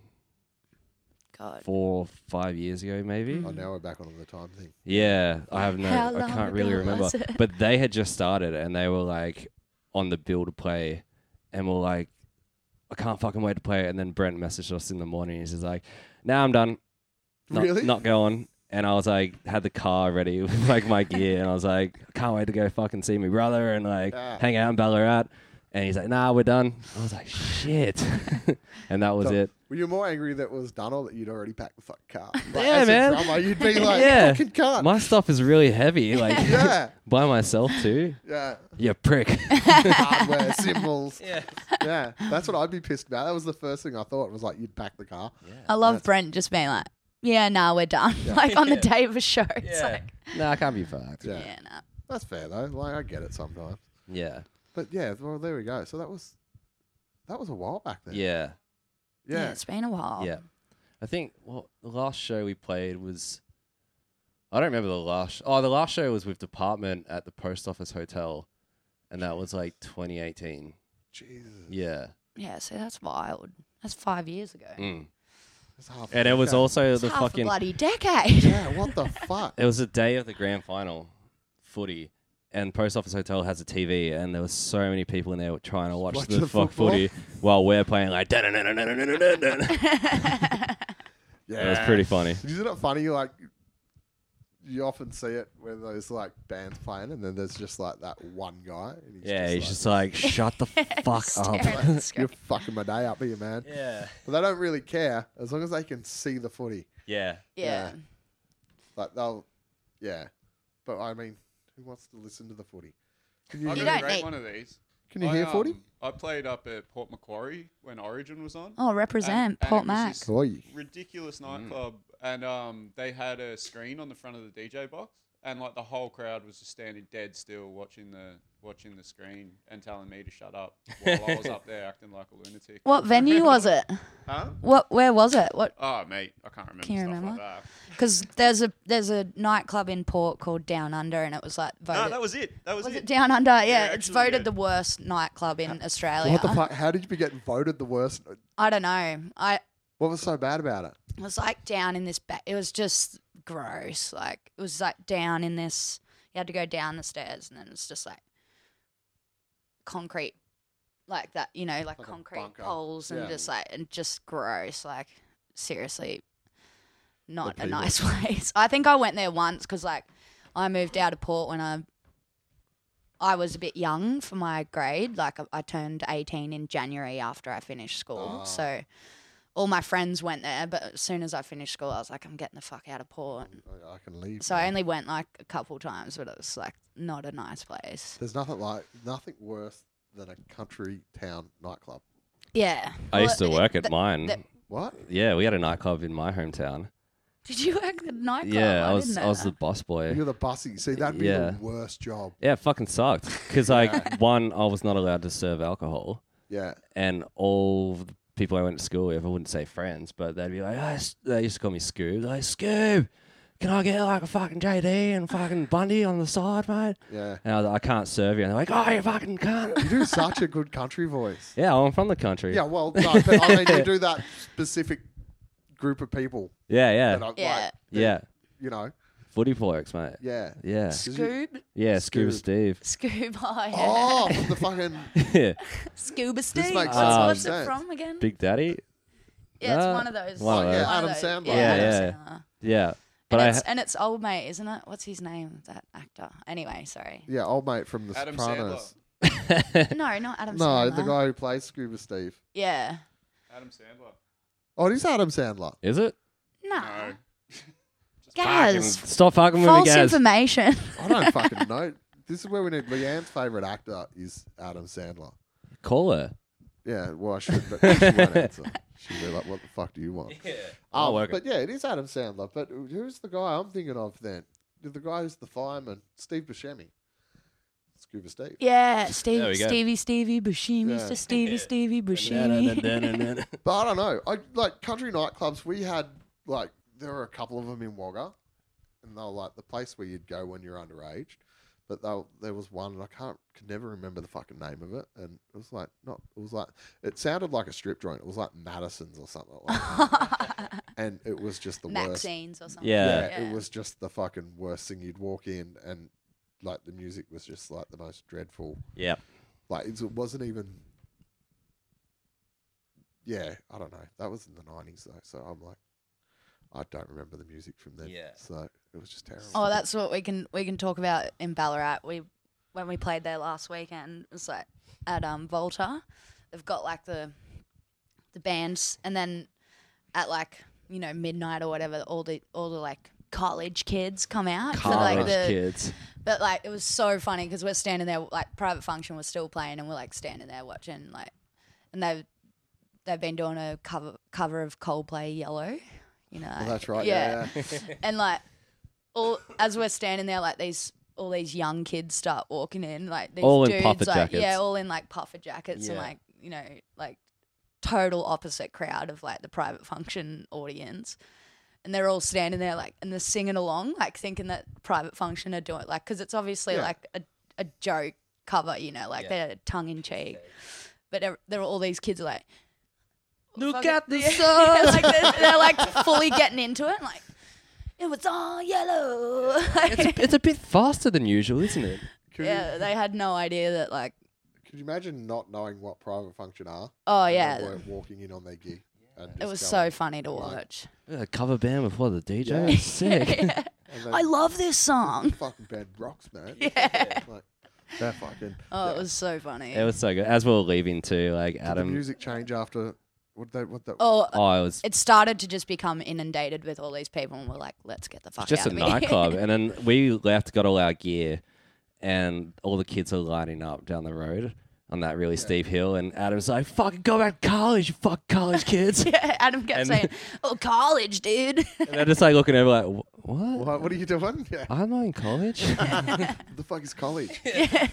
[SPEAKER 3] God.
[SPEAKER 2] four, five years ago maybe.
[SPEAKER 1] Oh, now we're back on the time thing.
[SPEAKER 2] Yeah, I have no,
[SPEAKER 3] Mm. How
[SPEAKER 2] I
[SPEAKER 3] long
[SPEAKER 2] can't really
[SPEAKER 3] ago
[SPEAKER 2] remember.
[SPEAKER 3] was it?
[SPEAKER 2] But they had just started, and they were like on the bill to play, and were like, I can't fucking wait to play. it." And then Brent messaged us in the morning, and he's like, Now I'm done. Not,
[SPEAKER 1] Really?
[SPEAKER 2] Not going. And I was like, had the car ready with like my gear, and I was like, I can't wait to go fucking see my brother and like
[SPEAKER 1] Ah.
[SPEAKER 2] hang out in Ballarat. And he's like, Nah, we're done. I was like, Shit. and that was
[SPEAKER 1] So-
[SPEAKER 2] it.
[SPEAKER 1] Were you more angry that it was done or that you'd already packed the fucking car? Like,
[SPEAKER 2] Yeah,
[SPEAKER 1] as a
[SPEAKER 2] man.
[SPEAKER 1] drummer, you'd be like,
[SPEAKER 2] Yeah.
[SPEAKER 1] fucking cunt.
[SPEAKER 2] My stuff is really heavy, like
[SPEAKER 1] yeah,
[SPEAKER 2] by myself too.
[SPEAKER 1] yeah.
[SPEAKER 2] You prick.
[SPEAKER 1] Hardware, symbols. Yeah. yeah, that's what I'd be pissed about. That was the first thing I thought was like, you'd pack the car.
[SPEAKER 3] I love Brent just being like, yeah, nah, we're done. like on the day of a show. It's like,
[SPEAKER 2] no, I can't be fucked.
[SPEAKER 1] Yeah.
[SPEAKER 3] yeah, nah.
[SPEAKER 1] That's fair though. Like I get it sometimes.
[SPEAKER 2] Yeah.
[SPEAKER 1] But yeah, well there we go. So that was that was a while back then.
[SPEAKER 2] Yeah.
[SPEAKER 3] Yeah.
[SPEAKER 1] Yeah.
[SPEAKER 3] it's been a while.
[SPEAKER 2] Yeah. I think well, the last show we played was. I don't remember the last. Oh, the last show was with Department at the Post Office Hotel, and that was like 2018.
[SPEAKER 1] Jesus.
[SPEAKER 2] Yeah.
[SPEAKER 3] Yeah, so that's wild. That's five years ago.
[SPEAKER 2] Mm.
[SPEAKER 1] That's half a
[SPEAKER 2] And it was
[SPEAKER 1] decade.
[SPEAKER 2] also
[SPEAKER 3] It's
[SPEAKER 2] the
[SPEAKER 3] half a
[SPEAKER 2] fucking.
[SPEAKER 3] bloody decade.
[SPEAKER 1] Yeah, what the fuck?
[SPEAKER 2] It was the day of the grand final footy, and Post Office Hotel has a TV, and there was so many people in there trying to watch,
[SPEAKER 1] Watch
[SPEAKER 2] the,
[SPEAKER 1] the
[SPEAKER 2] fuck
[SPEAKER 1] football.
[SPEAKER 2] footy while we're playing like. It
[SPEAKER 1] Yeah.
[SPEAKER 2] was pretty funny.
[SPEAKER 1] Isn't it funny? Like, you often see it where there's like bands playing, and then there's just like that one guy. And he's
[SPEAKER 2] Yeah,
[SPEAKER 1] just
[SPEAKER 2] he's
[SPEAKER 1] like,
[SPEAKER 2] just like, shut the fuck
[SPEAKER 3] Staring
[SPEAKER 2] up.
[SPEAKER 3] at the screen.
[SPEAKER 1] You're fucking my day up here, man.
[SPEAKER 2] Yeah.
[SPEAKER 1] But they don't really care as long as they can see the footy.
[SPEAKER 2] Yeah.
[SPEAKER 3] yeah.
[SPEAKER 1] yeah. Like they'll, yeah. But I mean, who wants to listen to the footy? Can you,
[SPEAKER 4] I
[SPEAKER 1] hear,
[SPEAKER 3] don't
[SPEAKER 4] got a
[SPEAKER 3] need-
[SPEAKER 4] great one of these.
[SPEAKER 1] can you
[SPEAKER 4] I,
[SPEAKER 1] hear footy?
[SPEAKER 4] um, I played up at Port Macquarie when Origin was on.
[SPEAKER 3] Oh,
[SPEAKER 4] And-
[SPEAKER 3] represent
[SPEAKER 4] and it
[SPEAKER 3] Port
[SPEAKER 4] was
[SPEAKER 3] Mac.
[SPEAKER 4] this
[SPEAKER 1] Oi.
[SPEAKER 4] Ridiculous
[SPEAKER 1] Mm.
[SPEAKER 4] nightclub, and um, they had a screen on the front of the DJ box, and like the whole crowd was just standing dead still, watching the watching the screen and telling me to shut up while I was up there acting like a lunatic.
[SPEAKER 3] What venue was it?
[SPEAKER 4] Huh?
[SPEAKER 3] What? Where was it? What?
[SPEAKER 4] Oh, mate, I can't remember.
[SPEAKER 3] Can you
[SPEAKER 4] stuff
[SPEAKER 3] remember?
[SPEAKER 4] Like that.
[SPEAKER 3] Because there's a there's a nightclub in Port called Down Under, and it was like voted.
[SPEAKER 4] No, Ah, that was it. That was,
[SPEAKER 3] was
[SPEAKER 4] it.
[SPEAKER 3] it Down Under? Yeah, it's
[SPEAKER 4] actually,
[SPEAKER 3] voted
[SPEAKER 4] yeah.
[SPEAKER 3] the worst nightclub in Australia.
[SPEAKER 1] What the fuck? How did you be getting voted the worst?
[SPEAKER 3] I don't know. I
[SPEAKER 1] What was so bad about it?
[SPEAKER 3] was like down in this. Ba- it was just gross. Like it was like down in this. You had to go down the stairs, and then it's just like concrete, like that. You know,
[SPEAKER 1] Like
[SPEAKER 3] like,
[SPEAKER 1] a
[SPEAKER 3] concrete
[SPEAKER 1] bunker.
[SPEAKER 3] poles, and
[SPEAKER 1] Yeah.
[SPEAKER 3] just like and just gross. Like seriously, not a
[SPEAKER 1] people.
[SPEAKER 3] nice place. I think I went there once because like I moved out of Port when I. I was a bit young for my grade. Like I, I turned 18 in January after I finished school.
[SPEAKER 1] Ah.
[SPEAKER 3] So all my friends went there, but as soon as I finished school, I was like, I'm getting the fuck out of port.
[SPEAKER 1] I, I can leave.
[SPEAKER 3] So I
[SPEAKER 1] now.
[SPEAKER 3] only went like a couple times, but it was like not a nice place.
[SPEAKER 1] There's nothing like nothing worse than a country town nightclub.
[SPEAKER 3] Yeah.
[SPEAKER 2] I
[SPEAKER 3] Well,
[SPEAKER 2] used to
[SPEAKER 3] it-
[SPEAKER 2] work at
[SPEAKER 3] th-
[SPEAKER 2] mine.
[SPEAKER 3] that-
[SPEAKER 1] What?
[SPEAKER 2] yeah, we had a nightclub in my hometown.
[SPEAKER 3] Did you work at the nightclub?
[SPEAKER 2] yeah, I
[SPEAKER 3] didn't
[SPEAKER 2] was
[SPEAKER 3] know
[SPEAKER 2] I was
[SPEAKER 3] that.
[SPEAKER 2] the boss boy.
[SPEAKER 1] You're the bussy. See, that'd be
[SPEAKER 2] Yeah.
[SPEAKER 1] the worst job.
[SPEAKER 2] Yeah, it fucking sucked. Because like
[SPEAKER 4] Yeah.
[SPEAKER 2] one, I was not allowed to serve alcohol,
[SPEAKER 1] Yeah.
[SPEAKER 2] and all the people I went to school with, I wouldn't say friends, but they'd be like, "Oh, S- they used to call me Scoob. Like Scoob, can I get like a fucking JD and fucking Bundy on the side, mate?
[SPEAKER 1] Yeah.
[SPEAKER 2] And I was like, I can't serve you. And they're like, oh, you fucking can't.
[SPEAKER 1] You do such a good country voice.
[SPEAKER 2] yeah, I'm from the country.
[SPEAKER 1] Yeah, well, no, but I mean, you do that specific group of people.
[SPEAKER 2] yeah, yeah,
[SPEAKER 1] That I,
[SPEAKER 3] Yeah.
[SPEAKER 1] Like, that,
[SPEAKER 2] yeah.
[SPEAKER 1] You know,
[SPEAKER 2] Footy blokes, mate.
[SPEAKER 1] yeah.
[SPEAKER 2] Yeah,
[SPEAKER 1] Did you-
[SPEAKER 3] Scoob?
[SPEAKER 2] yeah. Scuba
[SPEAKER 1] Scoob.
[SPEAKER 2] Steve.
[SPEAKER 3] Scoob, oh, yeah.
[SPEAKER 1] Oh, from the fucking.
[SPEAKER 2] yeah,
[SPEAKER 3] Scuba Steve.
[SPEAKER 1] makes
[SPEAKER 3] That's
[SPEAKER 2] so
[SPEAKER 3] what's
[SPEAKER 1] much
[SPEAKER 3] it
[SPEAKER 1] sense.
[SPEAKER 3] from again?
[SPEAKER 2] Big Daddy.
[SPEAKER 3] yeah, it's
[SPEAKER 2] uh,
[SPEAKER 3] one of those.
[SPEAKER 2] one of
[SPEAKER 1] Yeah,
[SPEAKER 3] one
[SPEAKER 1] those. Adam
[SPEAKER 3] those-
[SPEAKER 1] Sandler.
[SPEAKER 2] Yeah,
[SPEAKER 3] Adam
[SPEAKER 2] yeah.
[SPEAKER 3] Sandler.
[SPEAKER 2] Yeah, but
[SPEAKER 3] and,
[SPEAKER 2] I.
[SPEAKER 3] it's, and it's old mate, isn't it? What's his name? That actor. Anyway, sorry.
[SPEAKER 1] Yeah, old mate from The
[SPEAKER 4] Adam
[SPEAKER 1] Sopranos.
[SPEAKER 2] ha-
[SPEAKER 3] No, not Adam
[SPEAKER 1] No,
[SPEAKER 3] Sandler.
[SPEAKER 1] the guy who plays Scuba Steve.
[SPEAKER 3] Yeah.
[SPEAKER 4] Adam Sandler.
[SPEAKER 1] Oh, it is Adam Sandler.
[SPEAKER 2] Is it?
[SPEAKER 3] No.
[SPEAKER 4] No.
[SPEAKER 3] Gaz.
[SPEAKER 2] Stop fucking with me,
[SPEAKER 3] False
[SPEAKER 2] guys.
[SPEAKER 3] information.
[SPEAKER 1] I don't fucking know. This is where we need Leanne's favorite actor is Adam Sandler.
[SPEAKER 2] Call her.
[SPEAKER 1] Yeah, well, I should, but she won't answer. She'll be like, "What the fuck do you want?"
[SPEAKER 2] I'll
[SPEAKER 1] Um,
[SPEAKER 2] work it.
[SPEAKER 1] but yeah, it is Adam Sandler. But who's the guy I'm thinking of then? The guy who's the fireman, Steve Buscemi, Scuba Steve.
[SPEAKER 3] yeah.
[SPEAKER 2] There
[SPEAKER 3] Steve,
[SPEAKER 2] we go.
[SPEAKER 3] Stevie, Stevie, Buscemi.
[SPEAKER 1] Yeah.
[SPEAKER 3] Mr. Stevie, Stevie, Buscemi.
[SPEAKER 2] That's
[SPEAKER 1] But I don't know. I like country nightclubs. We had like there were a couple of them in Wagga, and they were like the place where you'd go when you're underage. But they were- there was one, and I can't can never remember the fucking name of it. And it was like not. It was like it sounded like a strip joint. It was like Madison's or something like that. and it was just the worst.
[SPEAKER 3] Maxine's or something.
[SPEAKER 2] Yeah.
[SPEAKER 1] yeah, it was just the fucking worst thing. You'd walk in and like the music was just like the most dreadful.
[SPEAKER 2] Yep.
[SPEAKER 1] Like it's- it wasn't even. Yeah, I don't know. That was in the nineties though, so I'm like, I don't remember the music from then.
[SPEAKER 2] Yeah.
[SPEAKER 1] So it was just terrible.
[SPEAKER 3] Oh, that's what we can we can talk about in Ballarat. We when we played there last weekend, it was like at um Volta. They've got like the the bands, and then at like you know midnight or whatever, all the all the like college kids come out for like
[SPEAKER 2] College
[SPEAKER 3] the
[SPEAKER 2] kids.
[SPEAKER 3] but like it was so funny because we're standing there like private function was still playing and we're like standing there watching like and they've they've been doing a cover cover of Coldplay Yellow, you know.
[SPEAKER 1] Well, that's right. Yeah. yeah.
[SPEAKER 3] and like all as we're standing there like these all these young kids start walking in like these
[SPEAKER 2] All in
[SPEAKER 3] dudes
[SPEAKER 2] puffer
[SPEAKER 3] like yeah
[SPEAKER 2] jackets.
[SPEAKER 3] all in like puffer jackets and
[SPEAKER 2] Yeah.
[SPEAKER 3] like you know like total opposite crowd of like the private function audience and they're all standing there like and they're singing along like thinking that private function are doing like because it's obviously
[SPEAKER 1] Yeah.
[SPEAKER 3] like a, a joke cover you know like they're tongue in cheek but there- there are all these kids like
[SPEAKER 2] Look
[SPEAKER 3] fucking-
[SPEAKER 2] at the
[SPEAKER 3] yeah,
[SPEAKER 2] sun.
[SPEAKER 3] like they're, they're like fully getting into it like it was all yellow
[SPEAKER 2] it's, a, it's a bit faster than usual, isn't it?
[SPEAKER 1] Could,
[SPEAKER 3] yeah they had no idea that like
[SPEAKER 1] you, could you imagine not knowing what private function are?
[SPEAKER 3] oh
[SPEAKER 1] and
[SPEAKER 3] yeah
[SPEAKER 1] then wa- walking in on their gig. and
[SPEAKER 3] it
[SPEAKER 1] just
[SPEAKER 3] was so
[SPEAKER 1] going,
[SPEAKER 3] funny to
[SPEAKER 1] like,
[SPEAKER 3] watch
[SPEAKER 2] A cover band before the DJ.
[SPEAKER 1] Yeah.
[SPEAKER 2] It's Sick.
[SPEAKER 3] Yeah.
[SPEAKER 1] and then
[SPEAKER 3] i love this song
[SPEAKER 1] fucking bad rocks, man.
[SPEAKER 3] Yeah.
[SPEAKER 1] Like, they're fucking.
[SPEAKER 3] oh
[SPEAKER 1] yeah.
[SPEAKER 3] it was so funny
[SPEAKER 2] It was so good. As we were leaving too, like
[SPEAKER 1] Did the
[SPEAKER 2] Adam.
[SPEAKER 1] music change after? What they? What that?
[SPEAKER 3] oh
[SPEAKER 2] oh, it was
[SPEAKER 3] it started to just become inundated with all these people, and we're like, let's get the fuck
[SPEAKER 2] just
[SPEAKER 3] out
[SPEAKER 2] a
[SPEAKER 3] of here.
[SPEAKER 2] nightclub, and then we left, got all our gear, and all the kids are lining up down the road on that really steep hill, and Adam's like, "Fucking go back to college, you fuck college kids."
[SPEAKER 3] yeah, Adam kept
[SPEAKER 2] And-
[SPEAKER 3] saying, "Oh, college, dude."
[SPEAKER 2] And they're just like looking over, like, "Wh- what?
[SPEAKER 1] What, what are you doing? Yeah.
[SPEAKER 2] I'm not in college.
[SPEAKER 1] What the fuck is college? yeah.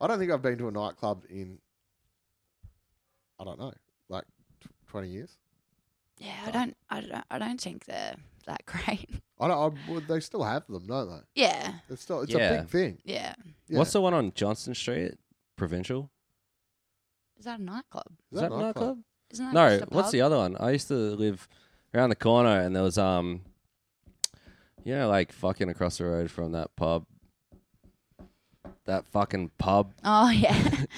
[SPEAKER 1] I don't think I've been to a nightclub in, I don't know, like tw- 20 years.
[SPEAKER 3] yeah, I don't, I don't, I don't think they're that great.
[SPEAKER 1] I don't, I, well, they still have them, don't they?
[SPEAKER 3] Yeah,
[SPEAKER 1] It's still, it's a
[SPEAKER 2] Yeah.
[SPEAKER 1] big thing.
[SPEAKER 3] yeah.
[SPEAKER 1] Yeah.
[SPEAKER 2] What's the one on Johnston Street? Provincial?
[SPEAKER 3] Is that a nightclub?
[SPEAKER 2] Is that, a nightclub?
[SPEAKER 3] Isn't that
[SPEAKER 2] No.
[SPEAKER 3] Just a
[SPEAKER 2] What's
[SPEAKER 3] pub?
[SPEAKER 2] the other one? I used to live around the corner, and there was um, you know, like fucking across the road from that pub. That fucking pub.
[SPEAKER 3] Oh yeah,
[SPEAKER 1] Th-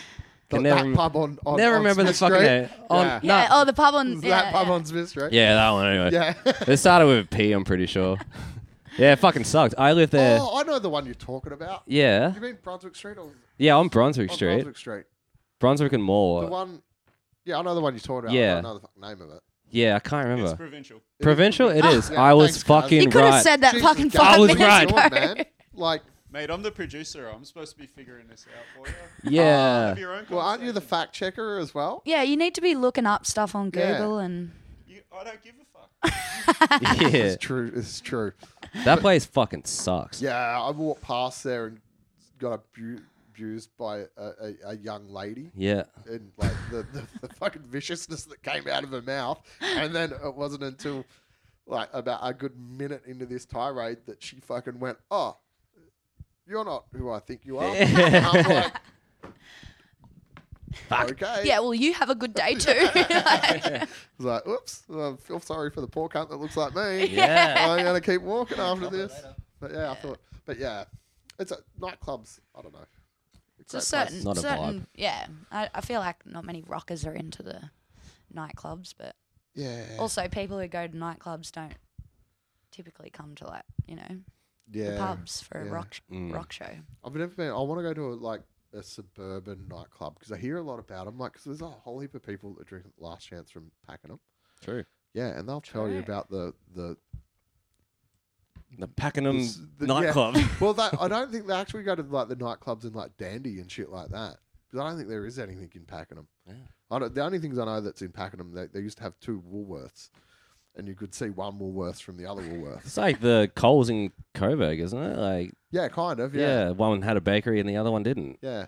[SPEAKER 2] Can
[SPEAKER 1] that
[SPEAKER 2] never-
[SPEAKER 1] pub on, on
[SPEAKER 2] Never
[SPEAKER 1] on
[SPEAKER 2] remember the
[SPEAKER 1] Smith
[SPEAKER 2] fucking
[SPEAKER 1] Street?
[SPEAKER 2] name. On,
[SPEAKER 1] Yeah.
[SPEAKER 2] no.
[SPEAKER 3] yeah. Oh, the pub on
[SPEAKER 1] That
[SPEAKER 3] yeah,
[SPEAKER 1] pub
[SPEAKER 3] yeah.
[SPEAKER 1] on Smith Street?
[SPEAKER 2] Yeah, that one anyway.
[SPEAKER 1] Yeah.
[SPEAKER 2] It started with a P, I'm pretty sure. yeah, it fucking sucked. I lived there.
[SPEAKER 1] oh, I know the one you're talking about.
[SPEAKER 2] Yeah.
[SPEAKER 1] You mean Brunswick Street or
[SPEAKER 2] Yeah, on Brunswick
[SPEAKER 1] On
[SPEAKER 2] Street, Brunswick,
[SPEAKER 1] Brunswick Street.
[SPEAKER 2] and
[SPEAKER 1] The
[SPEAKER 2] Moore.
[SPEAKER 1] one. Yeah, I know the one you're talking about.
[SPEAKER 2] Yeah.
[SPEAKER 1] I don't know the fucking name of it.
[SPEAKER 2] Yeah, I can't
[SPEAKER 4] It's
[SPEAKER 2] remember.
[SPEAKER 4] provincial.
[SPEAKER 2] Provincial, it is.
[SPEAKER 1] Yeah,
[SPEAKER 2] I was
[SPEAKER 1] thanks, guys.
[SPEAKER 2] fucking
[SPEAKER 3] You could have
[SPEAKER 2] right.
[SPEAKER 3] said that
[SPEAKER 1] Jesus,
[SPEAKER 3] fucking
[SPEAKER 1] guys,
[SPEAKER 3] five
[SPEAKER 2] I was
[SPEAKER 3] minutes
[SPEAKER 2] right.
[SPEAKER 3] ago.
[SPEAKER 1] Lord, man. Like,
[SPEAKER 4] Mate, I'm the producer. I'm supposed to be figuring this out for you.
[SPEAKER 2] yeah,
[SPEAKER 1] Oh,
[SPEAKER 4] Have your own
[SPEAKER 1] well, aren't you the
[SPEAKER 4] conversation.
[SPEAKER 1] fact checker as well?
[SPEAKER 3] Yeah, you need to be looking up stuff on
[SPEAKER 1] Yeah.
[SPEAKER 3] Google and
[SPEAKER 4] You, I don't give a fuck.
[SPEAKER 2] yeah.
[SPEAKER 1] It's true. It's true.
[SPEAKER 2] That place fucking sucks.
[SPEAKER 1] Yeah, I walked past there and got abu- abused by a, a, a young lady.
[SPEAKER 2] Yeah.
[SPEAKER 1] and like the, the, the fucking viciousness that came out of her mouth. And then it wasn't until like about a good minute into this tirade that she fucking went, "Oh, you're not who I think you are." And I'm like, Okay.
[SPEAKER 3] yeah. Well, you have a good day too. Like,
[SPEAKER 1] I was like, "Oops, I feel sorry for the poor cunt that looks like me."
[SPEAKER 2] Yeah.
[SPEAKER 1] I'm gonna keep walking after this. But yeah, I thought. But yeah, it's a, nightclubs. I don't know.
[SPEAKER 3] it's a
[SPEAKER 1] Great place.
[SPEAKER 3] certain,
[SPEAKER 2] Not a
[SPEAKER 3] certain.
[SPEAKER 2] vibe.
[SPEAKER 3] yeah, I, I feel like not many rockers are into the nightclubs, but
[SPEAKER 1] Yeah.
[SPEAKER 3] also people who go to nightclubs don't typically come to like you know
[SPEAKER 1] yeah.
[SPEAKER 3] the pubs for
[SPEAKER 1] yeah.
[SPEAKER 3] a rock sh-
[SPEAKER 2] Mm.
[SPEAKER 3] rock show.
[SPEAKER 1] I've never been. I want to go to a, like a suburban nightclub because I hear a lot about them. Like, 'cause there's a whole heap of people that drink at Last Chance from Pakenham.
[SPEAKER 2] True.
[SPEAKER 1] Yeah, and they'll tell you
[SPEAKER 3] True.
[SPEAKER 1] about the the,
[SPEAKER 2] The
[SPEAKER 1] the,
[SPEAKER 2] Pakenham
[SPEAKER 1] s- the- yeah.
[SPEAKER 2] nightclub.
[SPEAKER 1] well, that, I don't think they actually go to like the nightclubs in like Dandy and shit like that because I don't think there is anything in Pakenham.
[SPEAKER 2] Yeah.
[SPEAKER 1] I don't, the only things I know that's in Pakenham, they, they used to have two Woolworths, and you could see one Woolworths from the other Woolworths.
[SPEAKER 2] It's like the Coles in Coburg, isn't it? Like,
[SPEAKER 1] Yeah, kind of.
[SPEAKER 2] yeah.
[SPEAKER 1] Yeah,
[SPEAKER 2] one had a bakery and the other one didn't.
[SPEAKER 1] yeah.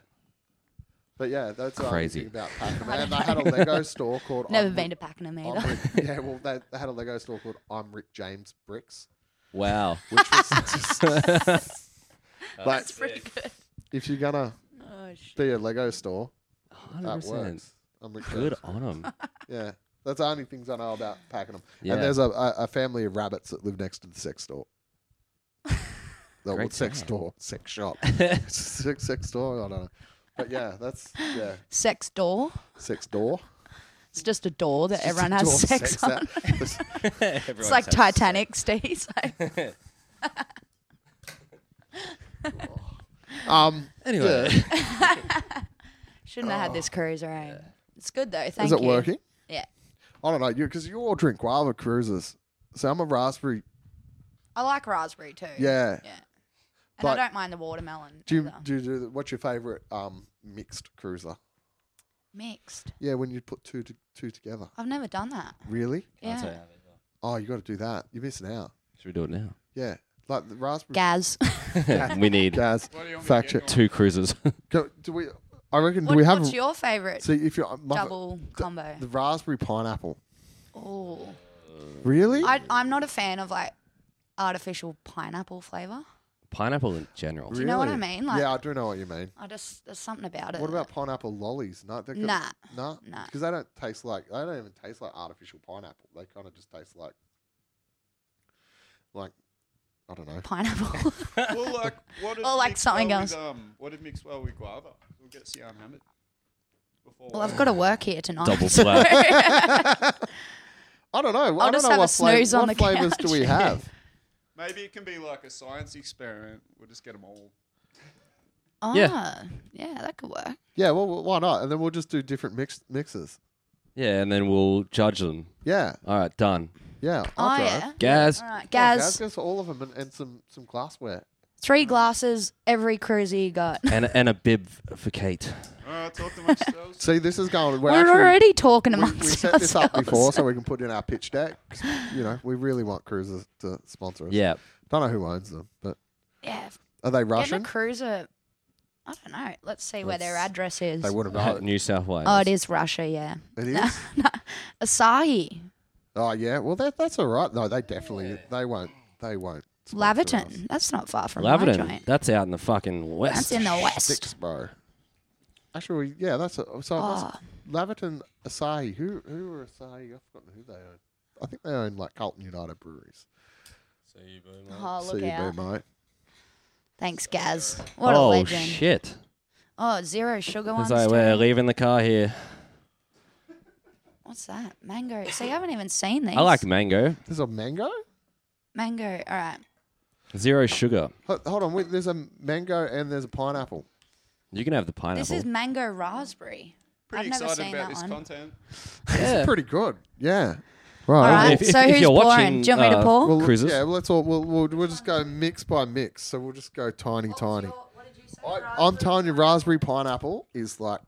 [SPEAKER 1] But yeah, that's what I was
[SPEAKER 2] Crazy.
[SPEAKER 1] thinking about Pakenham. And they had a Lego store called
[SPEAKER 3] Never
[SPEAKER 1] Unwood-
[SPEAKER 3] been to Pakenham
[SPEAKER 1] I'm
[SPEAKER 3] either.
[SPEAKER 1] Rick- yeah, well, they, they had a Lego store called I'm Rick James Bricks,
[SPEAKER 2] Wow.
[SPEAKER 1] which was just
[SPEAKER 2] Uh,
[SPEAKER 1] like
[SPEAKER 3] It's pretty good.
[SPEAKER 1] if you're gonna
[SPEAKER 3] Oh shit.
[SPEAKER 1] be a Lego store, that
[SPEAKER 2] 100%.
[SPEAKER 1] works. I'm Rick
[SPEAKER 2] Good
[SPEAKER 1] James.
[SPEAKER 2] on them.
[SPEAKER 1] Yeah, that's the only things I know about packing them.
[SPEAKER 2] Yeah.
[SPEAKER 1] And there's a, a, a family of rabbits that live next to the sex store. the
[SPEAKER 2] Great
[SPEAKER 1] sex
[SPEAKER 2] sound.
[SPEAKER 1] store, sex shop, sex sex store. I don't know, but yeah, that's yeah,
[SPEAKER 3] Sex door.
[SPEAKER 1] sex door.
[SPEAKER 3] It's just a door that
[SPEAKER 1] Just a
[SPEAKER 3] everyone has
[SPEAKER 1] door,
[SPEAKER 3] sex, on.
[SPEAKER 1] at.
[SPEAKER 3] It's like Titanic, Steve. Like,
[SPEAKER 1] um,
[SPEAKER 2] Anyway.
[SPEAKER 1] yeah.
[SPEAKER 3] shouldn't have had this cruise around. It's good though. Thank
[SPEAKER 1] Oh. is it
[SPEAKER 3] you.
[SPEAKER 1] working?
[SPEAKER 3] Yeah.
[SPEAKER 1] I don't know, you because you all drink guava cruises. So I'm a raspberry.
[SPEAKER 3] I like raspberry too.
[SPEAKER 1] Yeah.
[SPEAKER 3] Yeah. And
[SPEAKER 1] But-
[SPEAKER 3] I don't mind the watermelon.
[SPEAKER 1] Do you,
[SPEAKER 3] either.
[SPEAKER 1] do you do what's your favorite um mixed cruiser?
[SPEAKER 3] Mixed.
[SPEAKER 1] Yeah, when you put two to, two together.
[SPEAKER 3] I've never done that.
[SPEAKER 1] Really?
[SPEAKER 3] Yeah.
[SPEAKER 1] Oh, you got to do that. You're missing out.
[SPEAKER 2] Should we do it now?
[SPEAKER 1] Yeah, like the raspberry.
[SPEAKER 3] Gaz.
[SPEAKER 2] we need
[SPEAKER 1] Gaz.
[SPEAKER 4] What do you want me to
[SPEAKER 1] Fact check.
[SPEAKER 4] get you on?
[SPEAKER 2] two cruises.
[SPEAKER 1] Go- Do we? I reckon.
[SPEAKER 3] What,
[SPEAKER 1] do we have?
[SPEAKER 3] what's your favourite
[SPEAKER 1] see if you're my,
[SPEAKER 3] double combo?
[SPEAKER 1] the raspberry pineapple.
[SPEAKER 3] Oh.
[SPEAKER 1] Really?
[SPEAKER 3] I, I'm not a fan of like artificial pineapple flavour.
[SPEAKER 2] Pineapple in general.
[SPEAKER 1] really?
[SPEAKER 3] you know what I mean? Like-
[SPEAKER 1] yeah, I do know what you mean.
[SPEAKER 3] I just, there's something about it.
[SPEAKER 1] What about pineapple lollies? No, they're good.
[SPEAKER 3] Nah.
[SPEAKER 1] nah,
[SPEAKER 3] Nah.
[SPEAKER 1] because they don't taste like they don't even taste like artificial pineapple. They kind of just taste like, like, I don't know.
[SPEAKER 3] pineapple?
[SPEAKER 4] well, like what? Did
[SPEAKER 3] Or, like,
[SPEAKER 4] mix
[SPEAKER 3] something
[SPEAKER 4] well
[SPEAKER 3] else.
[SPEAKER 4] With, um, what did mix well with guava? We'll get Sian hammered. Before
[SPEAKER 3] well, I've
[SPEAKER 4] work.
[SPEAKER 3] got to work here tonight.
[SPEAKER 2] Double
[SPEAKER 3] so-
[SPEAKER 1] I don't know.
[SPEAKER 3] I'll
[SPEAKER 1] I do not
[SPEAKER 3] just
[SPEAKER 1] know
[SPEAKER 3] have a
[SPEAKER 1] what, flav-
[SPEAKER 3] snooze on
[SPEAKER 1] what
[SPEAKER 3] the
[SPEAKER 1] flavors do we
[SPEAKER 3] couch.
[SPEAKER 1] have.
[SPEAKER 4] Maybe it can be like a science experiment. We'll just get them all.
[SPEAKER 3] Ah,
[SPEAKER 2] Yeah.
[SPEAKER 3] yeah. that could work.
[SPEAKER 1] Yeah, well, well, why not? And then we'll just do different mix- mixes.
[SPEAKER 2] Yeah, and then we'll judge them.
[SPEAKER 1] Yeah,
[SPEAKER 2] All right, done.
[SPEAKER 1] yeah.
[SPEAKER 3] oh,
[SPEAKER 1] I'll drive.
[SPEAKER 3] yeah.
[SPEAKER 2] Gaz.
[SPEAKER 3] All right,
[SPEAKER 1] Come on,
[SPEAKER 3] Gaz,
[SPEAKER 1] Gaz, all of them and, and some some glassware.
[SPEAKER 3] three glasses every cruiser you got.
[SPEAKER 2] And, and a bib for Kate.
[SPEAKER 4] All right, talk to myself.
[SPEAKER 1] See, this is going. We're,
[SPEAKER 3] We're,
[SPEAKER 1] actually,
[SPEAKER 3] already talking
[SPEAKER 1] we, we
[SPEAKER 3] amongst
[SPEAKER 1] set
[SPEAKER 3] ourselves.
[SPEAKER 1] this up before so we can put it in our pitch deck. 'Cause, You know, we really want cruisers to sponsor us.
[SPEAKER 2] Yeah.
[SPEAKER 1] Don't know who owns them, but
[SPEAKER 3] Yeah,
[SPEAKER 1] are they
[SPEAKER 3] getting
[SPEAKER 1] Russian?
[SPEAKER 3] a cruiser. I don't know. Let's see where their
[SPEAKER 2] Let's-
[SPEAKER 3] address is.
[SPEAKER 1] They wouldn't know.
[SPEAKER 2] New South Wales.
[SPEAKER 3] Oh, it is Russia. Yeah,
[SPEAKER 1] It is.
[SPEAKER 3] Asahi,
[SPEAKER 1] Oh yeah. Well, that that's all right. No, they definitely they won't. They won't. sponsor us.
[SPEAKER 3] Laverton. That's not far from Laverton. my
[SPEAKER 2] Laverton.
[SPEAKER 3] joint.
[SPEAKER 2] That's out in the fucking west.
[SPEAKER 3] That's in the west.
[SPEAKER 1] Six, bro. Actually, we- yeah, that's a, so. it was
[SPEAKER 3] Oh,
[SPEAKER 1] Laverton Asahi. Who who are Asahi? I've forgotten who they own. I think they own like Carlton United breweries.
[SPEAKER 3] oh
[SPEAKER 1] See
[SPEAKER 3] look
[SPEAKER 1] you,
[SPEAKER 3] out!
[SPEAKER 1] boo, mate.
[SPEAKER 3] Thanks, Gaz. What
[SPEAKER 2] oh,
[SPEAKER 3] a legend.
[SPEAKER 2] shit.
[SPEAKER 3] Oh, zero sugar ones.
[SPEAKER 2] It's like, we're
[SPEAKER 3] too.
[SPEAKER 2] leaving the car here.
[SPEAKER 3] What's that? Mango. So you haven't even seen these.
[SPEAKER 2] I like mango.
[SPEAKER 1] There's a mango.
[SPEAKER 3] mango. All right.
[SPEAKER 2] Zero sugar.
[SPEAKER 1] Ho- Hold on, wait, there's a mango and there's a pineapple.
[SPEAKER 2] You can have the pineapple.
[SPEAKER 3] This is mango raspberry.
[SPEAKER 4] Pretty
[SPEAKER 3] I've never
[SPEAKER 4] excited
[SPEAKER 3] seen
[SPEAKER 4] about
[SPEAKER 3] that
[SPEAKER 4] this
[SPEAKER 3] one.
[SPEAKER 4] content.
[SPEAKER 2] Yeah.
[SPEAKER 1] It's pretty good. Yeah.
[SPEAKER 3] All
[SPEAKER 1] Right.
[SPEAKER 3] right.
[SPEAKER 2] If- if-
[SPEAKER 3] so
[SPEAKER 2] if
[SPEAKER 3] who's
[SPEAKER 2] you're
[SPEAKER 3] pouring?
[SPEAKER 2] watching,
[SPEAKER 3] Do you want me to
[SPEAKER 2] uh,
[SPEAKER 3] pour?
[SPEAKER 1] Well,
[SPEAKER 2] Cruises?
[SPEAKER 1] yeah. well, Let's all. We'll, we'll we'll just go mix by mix. So we'll just go
[SPEAKER 3] Oh,
[SPEAKER 1] tiny, tiny. I, I'm telling you, raspberry pineapple is like.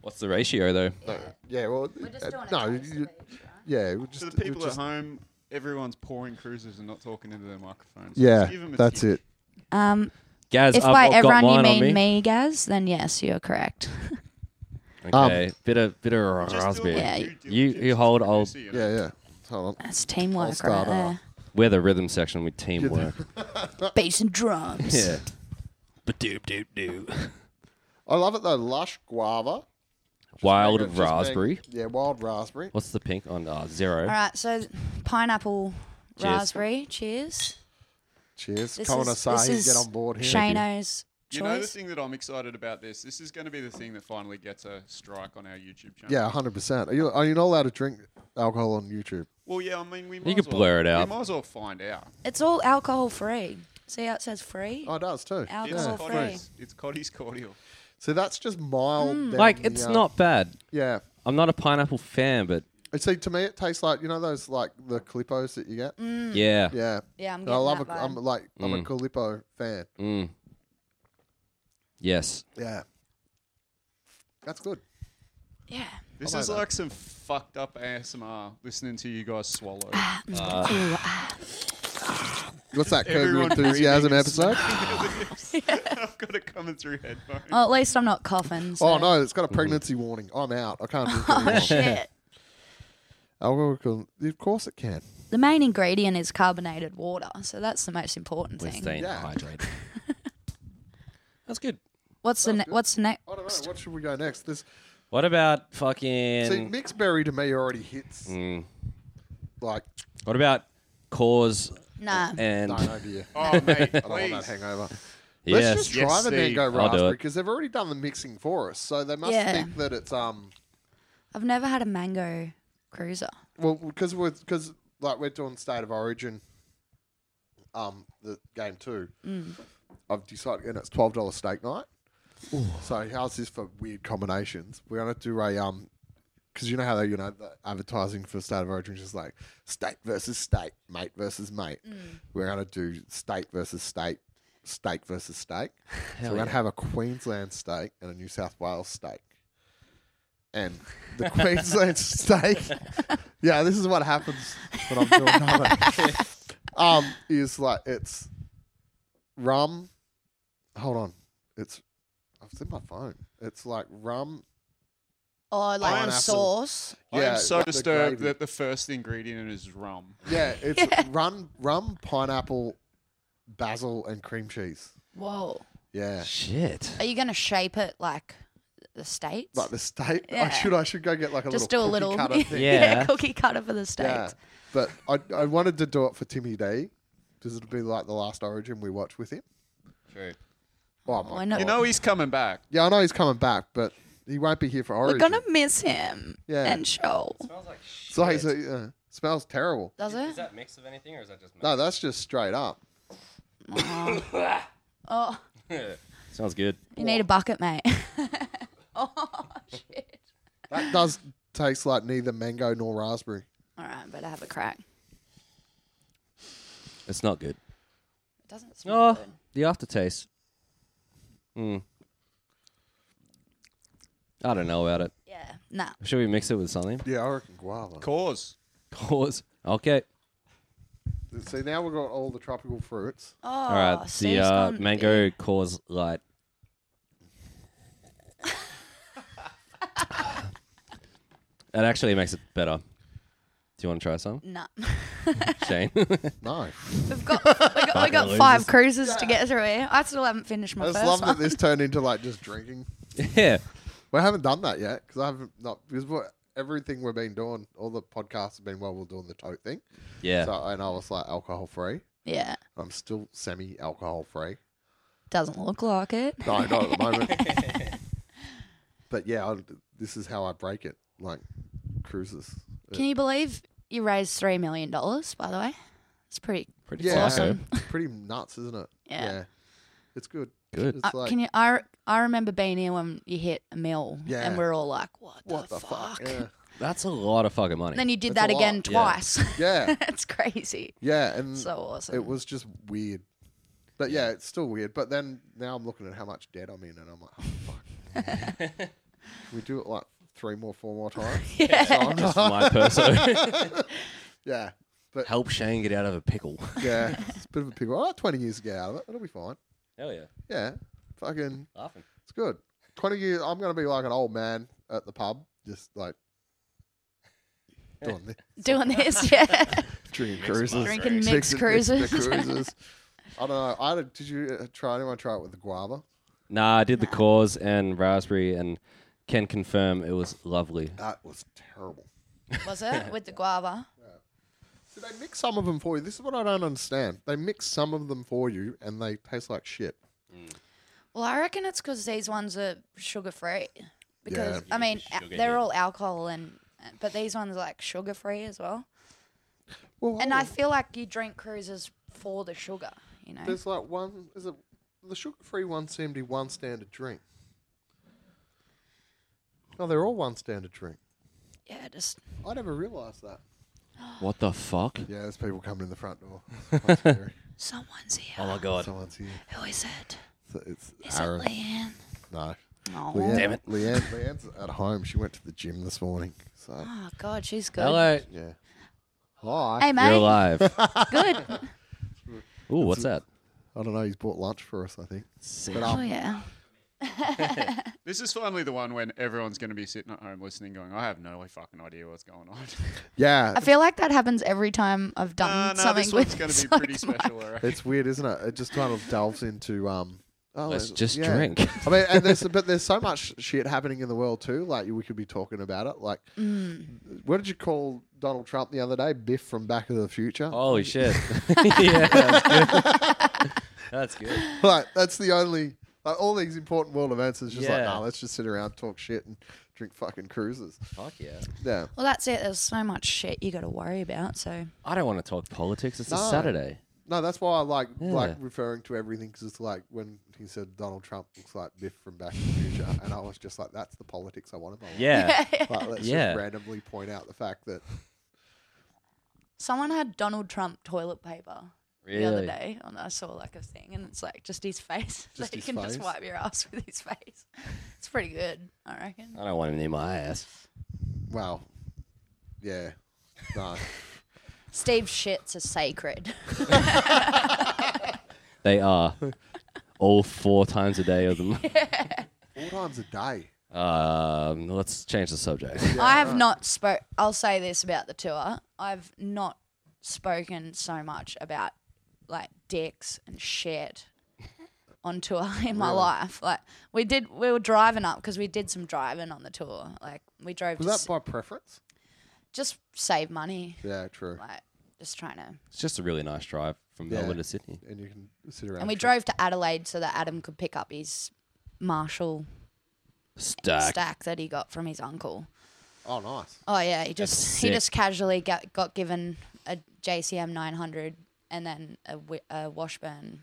[SPEAKER 2] What's the ratio though?
[SPEAKER 1] No, yeah. Well.
[SPEAKER 3] We're just doing
[SPEAKER 1] uh, no.
[SPEAKER 3] a taste
[SPEAKER 1] you-
[SPEAKER 3] of each, right?
[SPEAKER 1] yeah. We'll just,
[SPEAKER 4] To the
[SPEAKER 1] we'll
[SPEAKER 4] people
[SPEAKER 1] just-
[SPEAKER 4] at home, everyone's pouring cruises and not talking into their microphones.
[SPEAKER 1] Yeah.
[SPEAKER 4] Just give 'em a
[SPEAKER 1] That's
[SPEAKER 4] tick.
[SPEAKER 1] it.
[SPEAKER 3] Um,
[SPEAKER 2] Gaz,
[SPEAKER 3] if
[SPEAKER 2] I've,
[SPEAKER 3] by
[SPEAKER 2] I've got
[SPEAKER 3] everyone you
[SPEAKER 2] mine on
[SPEAKER 3] mean me.
[SPEAKER 2] me.
[SPEAKER 3] Gaz, then yes, you're correct.
[SPEAKER 1] Um,
[SPEAKER 2] Okay, bit of bit of
[SPEAKER 4] Just do
[SPEAKER 2] raspberary.
[SPEAKER 4] all
[SPEAKER 3] Yeah.
[SPEAKER 4] the
[SPEAKER 2] You-
[SPEAKER 4] due
[SPEAKER 2] you
[SPEAKER 4] diligence
[SPEAKER 2] hold
[SPEAKER 4] as a
[SPEAKER 2] all-
[SPEAKER 4] producer, you know?
[SPEAKER 1] Yeah. Yeah. Hold on.
[SPEAKER 3] That's teamwork right
[SPEAKER 1] start
[SPEAKER 3] there.
[SPEAKER 2] We're the rhythm section. We teamwork.
[SPEAKER 3] Bass and drums.
[SPEAKER 2] yeah. But doop doop doo.
[SPEAKER 1] I love it though. Lush guava.
[SPEAKER 2] Wild
[SPEAKER 1] Just make-
[SPEAKER 2] raspberry.
[SPEAKER 1] yeah. Wild raspberry.
[SPEAKER 2] What's the pink on uh, zero?
[SPEAKER 3] All right. So pineapple
[SPEAKER 2] Cheers.
[SPEAKER 3] raspberry. Cheers.
[SPEAKER 1] Cheers.
[SPEAKER 3] This
[SPEAKER 1] Come on,
[SPEAKER 3] is- this
[SPEAKER 1] Asahi. Get
[SPEAKER 3] is
[SPEAKER 1] on board here.
[SPEAKER 2] Thank you.
[SPEAKER 3] Shano's
[SPEAKER 4] You know the
[SPEAKER 3] choice.
[SPEAKER 4] thing that I'm excited about this. This is going to be the thing that finally gets a strike on our YouTube channel.
[SPEAKER 1] Yeah, hundred percent. Are you are you not allowed to drink alcohol on YouTube?
[SPEAKER 4] Well, yeah. I mean, we might
[SPEAKER 2] could
[SPEAKER 4] as well-
[SPEAKER 2] blur it out.
[SPEAKER 4] We might as well find out.
[SPEAKER 3] It's all alcohol free. See how it says free?
[SPEAKER 1] Oh, it does too.
[SPEAKER 4] It's
[SPEAKER 3] Alcohol free.
[SPEAKER 4] Coddy's. It's Coddy's cordial.
[SPEAKER 1] So that's just mild.
[SPEAKER 3] Mm.
[SPEAKER 1] down
[SPEAKER 2] Like
[SPEAKER 1] the,
[SPEAKER 2] it's
[SPEAKER 1] uh,
[SPEAKER 2] not bad.
[SPEAKER 1] Yeah.
[SPEAKER 2] I'm not a pineapple fan, but
[SPEAKER 1] And See, to me, it tastes like you know those like the Clippos that you get.
[SPEAKER 2] yeah.
[SPEAKER 1] Yeah.
[SPEAKER 3] Mm. Yeah, I'm
[SPEAKER 1] And I
[SPEAKER 3] getting
[SPEAKER 1] love.
[SPEAKER 3] that
[SPEAKER 1] a, I'm
[SPEAKER 3] vibe.
[SPEAKER 1] like I'm a Calippo fan.
[SPEAKER 2] Mm. Yes.
[SPEAKER 1] Yeah. That's good.
[SPEAKER 3] Yeah.
[SPEAKER 4] This
[SPEAKER 1] I like
[SPEAKER 4] is
[SPEAKER 1] that.
[SPEAKER 4] like some fucked up ASMR. Listening to you guys swallow.
[SPEAKER 2] Uh.
[SPEAKER 3] Ooh, ah.
[SPEAKER 1] What's that? Curb Your
[SPEAKER 4] Everyone
[SPEAKER 1] enthusiasm
[SPEAKER 4] breathing and
[SPEAKER 1] episode.
[SPEAKER 4] smiling at the lips. I've got it coming through headphones.
[SPEAKER 3] Well, at least I'm not coughing.
[SPEAKER 1] Oh
[SPEAKER 3] so-
[SPEAKER 1] no, it's got a pregnancy warning. I'm out. I can't drink
[SPEAKER 3] Oh
[SPEAKER 1] anymore.
[SPEAKER 3] shit.
[SPEAKER 1] Alcohol, can- of course it can.
[SPEAKER 3] The main ingredient is carbonated water, so that's the most important
[SPEAKER 2] We're
[SPEAKER 3] thing.
[SPEAKER 2] staying
[SPEAKER 1] Yeah.
[SPEAKER 2] hydrated. That's good.
[SPEAKER 3] What's the ne- what's the next?
[SPEAKER 1] I don't know. What should we go next? This
[SPEAKER 2] What about
[SPEAKER 1] see,
[SPEAKER 2] fucking?
[SPEAKER 1] mixed berry to me already hits
[SPEAKER 2] Mm.
[SPEAKER 1] like
[SPEAKER 2] What about cause
[SPEAKER 3] Nah.
[SPEAKER 2] and
[SPEAKER 1] no idea.
[SPEAKER 4] Oh, mate,
[SPEAKER 1] I don't want
[SPEAKER 4] please.
[SPEAKER 1] that hangover.
[SPEAKER 2] yes?
[SPEAKER 1] Let's just try
[SPEAKER 4] Yes,
[SPEAKER 1] the
[SPEAKER 4] Steve.
[SPEAKER 1] mango
[SPEAKER 4] I'll
[SPEAKER 2] do
[SPEAKER 1] raspberry
[SPEAKER 2] it.
[SPEAKER 1] because they've already done the mixing for us, so they must
[SPEAKER 3] Yeah.
[SPEAKER 1] think that it's um
[SPEAKER 3] I've never had a mango cruiser.
[SPEAKER 1] well because we're because like we're doing state of origin, um the game two. I've decided and it's twelve dollar steak night. So how's this for weird combinations? We're gonna do a um because you know how they you know the advertising for state of origin is just like state versus state, mate versus mate. We're gonna do state versus state, steak versus steak. so we're gonna have a Queensland steak and a New South Wales steak. And the Queensland steak, yeah, this is what happens when I'm doing that. um, is like it's rum. Hold on, it's I've seen my phone. It's like rum.
[SPEAKER 3] Or Oh, like
[SPEAKER 1] Pineapple.
[SPEAKER 3] sauce.
[SPEAKER 4] I
[SPEAKER 1] yeah,
[SPEAKER 4] am so
[SPEAKER 1] like the
[SPEAKER 4] disturbed
[SPEAKER 1] gravy.
[SPEAKER 4] that the first ingredient is rum.
[SPEAKER 1] Yeah, it's rum, rum, pineapple, basil, and cream cheese.
[SPEAKER 3] Whoa.
[SPEAKER 1] Yeah,
[SPEAKER 2] Shit.
[SPEAKER 3] Are you gonna shape it like the states?
[SPEAKER 1] like the steak. I
[SPEAKER 3] Yeah.
[SPEAKER 1] should I should go get like a
[SPEAKER 3] Just do
[SPEAKER 1] little
[SPEAKER 3] a
[SPEAKER 1] cookie
[SPEAKER 3] little
[SPEAKER 1] cutter thing.
[SPEAKER 2] Yeah.
[SPEAKER 3] cookie cutter for the states.
[SPEAKER 1] Yeah, but I I wanted to do it for Timmy D because it'll be like the last Origin we watch with him.
[SPEAKER 4] True.
[SPEAKER 1] Oh my
[SPEAKER 3] Why not?
[SPEAKER 4] You know he's coming back.
[SPEAKER 1] Yeah, I know he's coming back, but he won't be here for
[SPEAKER 3] We're
[SPEAKER 1] Origin.
[SPEAKER 3] gonna miss him
[SPEAKER 1] Yeah.
[SPEAKER 3] and show.
[SPEAKER 1] so he's a, uh, smells terrible.
[SPEAKER 3] Does it?
[SPEAKER 2] that mix of anything, or is that just?
[SPEAKER 1] No, that's just straight up.
[SPEAKER 3] Oh,
[SPEAKER 2] Sounds good.
[SPEAKER 3] you need a bucket, mate. oh shit.
[SPEAKER 1] That does taste like neither mango nor raspberry.
[SPEAKER 3] All right, better have a crack. It
[SPEAKER 2] It's not good.
[SPEAKER 3] doesn't smell
[SPEAKER 2] Oh,
[SPEAKER 3] good.
[SPEAKER 2] the aftertaste. Mm. I don't know about it.
[SPEAKER 3] Yeah. Nah.
[SPEAKER 2] Should we mix it with something?
[SPEAKER 1] Yeah, I reckon guava.
[SPEAKER 4] Cause.
[SPEAKER 2] Cause. Okay.
[SPEAKER 1] See, now we've got all the tropical fruits.
[SPEAKER 3] Oh,
[SPEAKER 2] All right. The
[SPEAKER 3] Steve's
[SPEAKER 2] uh,
[SPEAKER 3] gone-
[SPEAKER 2] mango cause light. that actually makes it better. Do you want to try some,
[SPEAKER 3] Nah.
[SPEAKER 2] Shane?
[SPEAKER 1] No.
[SPEAKER 3] We've got we got, we got
[SPEAKER 2] Fucking
[SPEAKER 3] five
[SPEAKER 2] losers.
[SPEAKER 3] cruises to get through here. I still haven't finished
[SPEAKER 1] I
[SPEAKER 3] my
[SPEAKER 1] just
[SPEAKER 3] first
[SPEAKER 1] love
[SPEAKER 3] one.
[SPEAKER 1] that this turned into like just drinking.
[SPEAKER 2] yeah.
[SPEAKER 1] We haven't done that yet because I haven't not because what everything we've been doing, all the podcasts have been while we're doing the tote thing.
[SPEAKER 2] Yeah.
[SPEAKER 1] So and I was like alcohol free.
[SPEAKER 3] Yeah,
[SPEAKER 1] I'm still semi alcohol free.
[SPEAKER 3] doesn't look like it.
[SPEAKER 1] No, not at the moment. but yeah, I, this is how I break it. Like cruises.
[SPEAKER 3] Can you believe you raised three million dollars? By the way, it's pretty.
[SPEAKER 2] Pretty
[SPEAKER 1] Yeah,
[SPEAKER 2] awesome.
[SPEAKER 1] it's pretty nuts, isn't it?
[SPEAKER 3] Yeah.
[SPEAKER 1] it's good.
[SPEAKER 2] Good.
[SPEAKER 1] It's
[SPEAKER 3] Uh,
[SPEAKER 1] like,
[SPEAKER 3] can you? I, re- I remember being here when you hit a mill,
[SPEAKER 1] Yeah.
[SPEAKER 3] and we're all like, "What,
[SPEAKER 1] what the fuck? Yeah.
[SPEAKER 2] That's a lot of fucking money.
[SPEAKER 3] Then you did
[SPEAKER 1] That's
[SPEAKER 3] that
[SPEAKER 1] a lot.
[SPEAKER 3] again
[SPEAKER 2] Yeah.
[SPEAKER 3] twice.
[SPEAKER 1] yeah,
[SPEAKER 3] That's crazy.
[SPEAKER 1] yeah, and
[SPEAKER 3] So awesome.
[SPEAKER 1] it was just weird. But yeah, it's still weird. But then now I'm looking at how much debt I'm in, and I'm like, oh, fuck. Can we do it like three more, four more times.
[SPEAKER 3] Yeah.
[SPEAKER 1] So I'm
[SPEAKER 2] Just
[SPEAKER 1] not-
[SPEAKER 2] my perso.
[SPEAKER 1] yeah,
[SPEAKER 2] Help Shane get out of a pickle.
[SPEAKER 1] yeah. It's a bit of a pickle. I like 20 years to get out of it. It'll be fine.
[SPEAKER 2] Hell yeah.
[SPEAKER 1] Yeah, fucking,
[SPEAKER 2] Laughing.
[SPEAKER 1] it's good. 20 years. I'm gonna be like an old man at the pub, just like doing this.
[SPEAKER 3] Doing this, yeah.
[SPEAKER 1] Drinking
[SPEAKER 2] Mixed
[SPEAKER 1] cruises.
[SPEAKER 2] Drinking
[SPEAKER 3] Drinking
[SPEAKER 1] Six
[SPEAKER 3] mixed
[SPEAKER 1] and mixed
[SPEAKER 3] cruises.
[SPEAKER 1] cruises. I don't know. I don't- did you uh, try anyone try it with the guava?
[SPEAKER 2] Nah, I did the
[SPEAKER 3] Nah.
[SPEAKER 2] cause and raspberry and can confirm it was lovely.
[SPEAKER 1] That was terrible.
[SPEAKER 3] was it with the guava?
[SPEAKER 1] Did they mix some of them for you? This is what I don't understand. They mix some of them for you, and they taste like shit.
[SPEAKER 3] Well, I reckon it's because these ones are sugar free. Because
[SPEAKER 1] Yeah.
[SPEAKER 3] I mean,
[SPEAKER 2] Yeah, sugar,
[SPEAKER 3] they're
[SPEAKER 2] yeah.
[SPEAKER 3] all alcohol and, but these ones are like sugar free as well.
[SPEAKER 1] Well,
[SPEAKER 3] And I
[SPEAKER 1] hold on.
[SPEAKER 3] feel like you drink cruises for the sugar. You know,
[SPEAKER 1] there's like one. Is it the sugar-free one seemed to be one standard drink? No, they're all one standard drink.
[SPEAKER 3] yeah, just
[SPEAKER 1] I never realised that.
[SPEAKER 2] What the fuck?
[SPEAKER 1] Yeah, there's people coming in the front door. It's quite scary.
[SPEAKER 3] someone's here.
[SPEAKER 2] Oh my god.
[SPEAKER 1] Someone's here.
[SPEAKER 3] Who is it?
[SPEAKER 1] So It's
[SPEAKER 3] Is
[SPEAKER 1] Aaron.
[SPEAKER 3] it Leanne?
[SPEAKER 1] No.
[SPEAKER 3] Oh,
[SPEAKER 1] Leanne,
[SPEAKER 2] Damn it.
[SPEAKER 1] Leanne, Leanne's at home. She went to the gym this morning. So
[SPEAKER 3] oh God, she's good.
[SPEAKER 2] Hello.
[SPEAKER 1] yeah. Hi.
[SPEAKER 3] Hey
[SPEAKER 2] You're
[SPEAKER 3] mate,
[SPEAKER 2] alive.
[SPEAKER 3] good.
[SPEAKER 2] Ooh, what's that?
[SPEAKER 1] I don't know. He's bought lunch for us. I think.
[SPEAKER 2] Sick.
[SPEAKER 1] But
[SPEAKER 3] Oh
[SPEAKER 1] um,
[SPEAKER 3] yeah.
[SPEAKER 4] This is finally the one when everyone's going to be sitting at home listening, going, "I have no fucking idea what's going on."
[SPEAKER 1] yeah,
[SPEAKER 3] I feel like that happens every time I've done
[SPEAKER 4] Uh, no,
[SPEAKER 3] something
[SPEAKER 4] this
[SPEAKER 3] with
[SPEAKER 4] one's going to be
[SPEAKER 3] something
[SPEAKER 4] pretty
[SPEAKER 3] like-
[SPEAKER 4] special. I reckon.
[SPEAKER 1] it's weird, isn't it? It just kind of delves into um. Oh,
[SPEAKER 2] Let's
[SPEAKER 1] it-
[SPEAKER 2] just
[SPEAKER 1] yeah.
[SPEAKER 2] drink.
[SPEAKER 1] I mean, and there's but there's so much shit happening in the world too. Like we could be talking about it. Like, what did you call Donald Trump the other day? Biff from Back of the Future.
[SPEAKER 2] Holy shit. yeah, that's good. that's good.
[SPEAKER 1] Like that's the only. Like all these important world events is just like,
[SPEAKER 2] Yeah.
[SPEAKER 1] nah, let's just sit around, talk shit, and drink fucking cruises.
[SPEAKER 2] Fuck yeah.
[SPEAKER 1] Yeah.
[SPEAKER 3] Well, that's it. There's so much shit you got to worry about. So
[SPEAKER 2] I don't want to talk politics. It's
[SPEAKER 1] No.
[SPEAKER 2] a Saturday.
[SPEAKER 1] No, that's why I like like
[SPEAKER 2] Yeah.
[SPEAKER 1] referring to everything because it's like when he said Donald Trump looks like Biff from Back to the Future, and I was just like, that's the politics I want in my life.
[SPEAKER 2] Yeah.
[SPEAKER 1] Like, let's
[SPEAKER 2] Yeah.
[SPEAKER 1] just randomly point out the fact that
[SPEAKER 3] someone had Donald Trump toilet paper the other
[SPEAKER 2] Really?
[SPEAKER 3] day, and I saw like a thing, and it's like just his face. so
[SPEAKER 1] Just
[SPEAKER 3] you
[SPEAKER 1] his
[SPEAKER 3] can just
[SPEAKER 1] face?
[SPEAKER 3] wipe your ass with his face. It's pretty good, I reckon.
[SPEAKER 2] I don't want him near my ass.
[SPEAKER 1] wow, yeah, no,
[SPEAKER 3] Steve's shits are sacred.
[SPEAKER 2] They are all four times a day of them.
[SPEAKER 1] four times a day.
[SPEAKER 2] Um, let's change the subject.
[SPEAKER 3] I have not spoke. I'll say this about the tour. I've not spoken so much about like dicks and shit on tour in my life. Like we did, we were driving up because we did some driving on the tour. Like we drove
[SPEAKER 1] Was
[SPEAKER 3] to s-
[SPEAKER 1] that by preference?
[SPEAKER 3] just save money.
[SPEAKER 1] Yeah, true.
[SPEAKER 3] Like just trying to.
[SPEAKER 2] It's just a really nice drive from
[SPEAKER 1] Yeah.
[SPEAKER 2] Melbourne to Sydney.
[SPEAKER 1] And you can sit around.
[SPEAKER 3] And we
[SPEAKER 1] trip.
[SPEAKER 3] drove to Adelaide so that Adam could pick up his Marshall
[SPEAKER 2] Stack.
[SPEAKER 3] stack that he got from his uncle.
[SPEAKER 1] Oh, nice.
[SPEAKER 3] Oh yeah, he just he
[SPEAKER 2] sick.
[SPEAKER 3] just casually got got given a JCM 900 and then a, Wi- a Washburn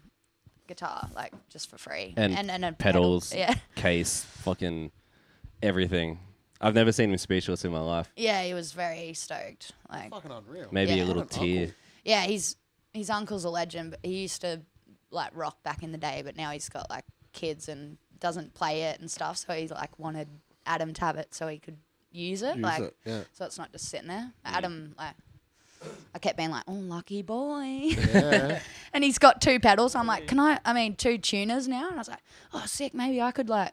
[SPEAKER 3] guitar like just for free
[SPEAKER 2] And
[SPEAKER 3] a pedal.
[SPEAKER 2] pedals.
[SPEAKER 3] Yeah,
[SPEAKER 2] Case, fucking everything. I've never seen him speechless in my life.
[SPEAKER 3] yeah, he was very stoked. Like
[SPEAKER 1] Fucking unreal.
[SPEAKER 2] Maybe
[SPEAKER 3] Yeah.
[SPEAKER 2] a little
[SPEAKER 1] What an
[SPEAKER 2] tear.
[SPEAKER 1] uncle.
[SPEAKER 3] yeah, he's his uncle's a legend, but he used to like rock back in the day, but now he's got like kids and doesn't play it and stuff. So he like wanted Adam to have it so he could use it.
[SPEAKER 1] Use
[SPEAKER 3] like
[SPEAKER 1] it, yeah.
[SPEAKER 3] so it's not just sitting there. Adam like. I kept being like, "Oh, lucky boy,"
[SPEAKER 1] Yeah.
[SPEAKER 3] and he's got two pedals. I'm like, "Can I? I mean, two tuners now?" And I was like, "Oh, sick. Maybe I could like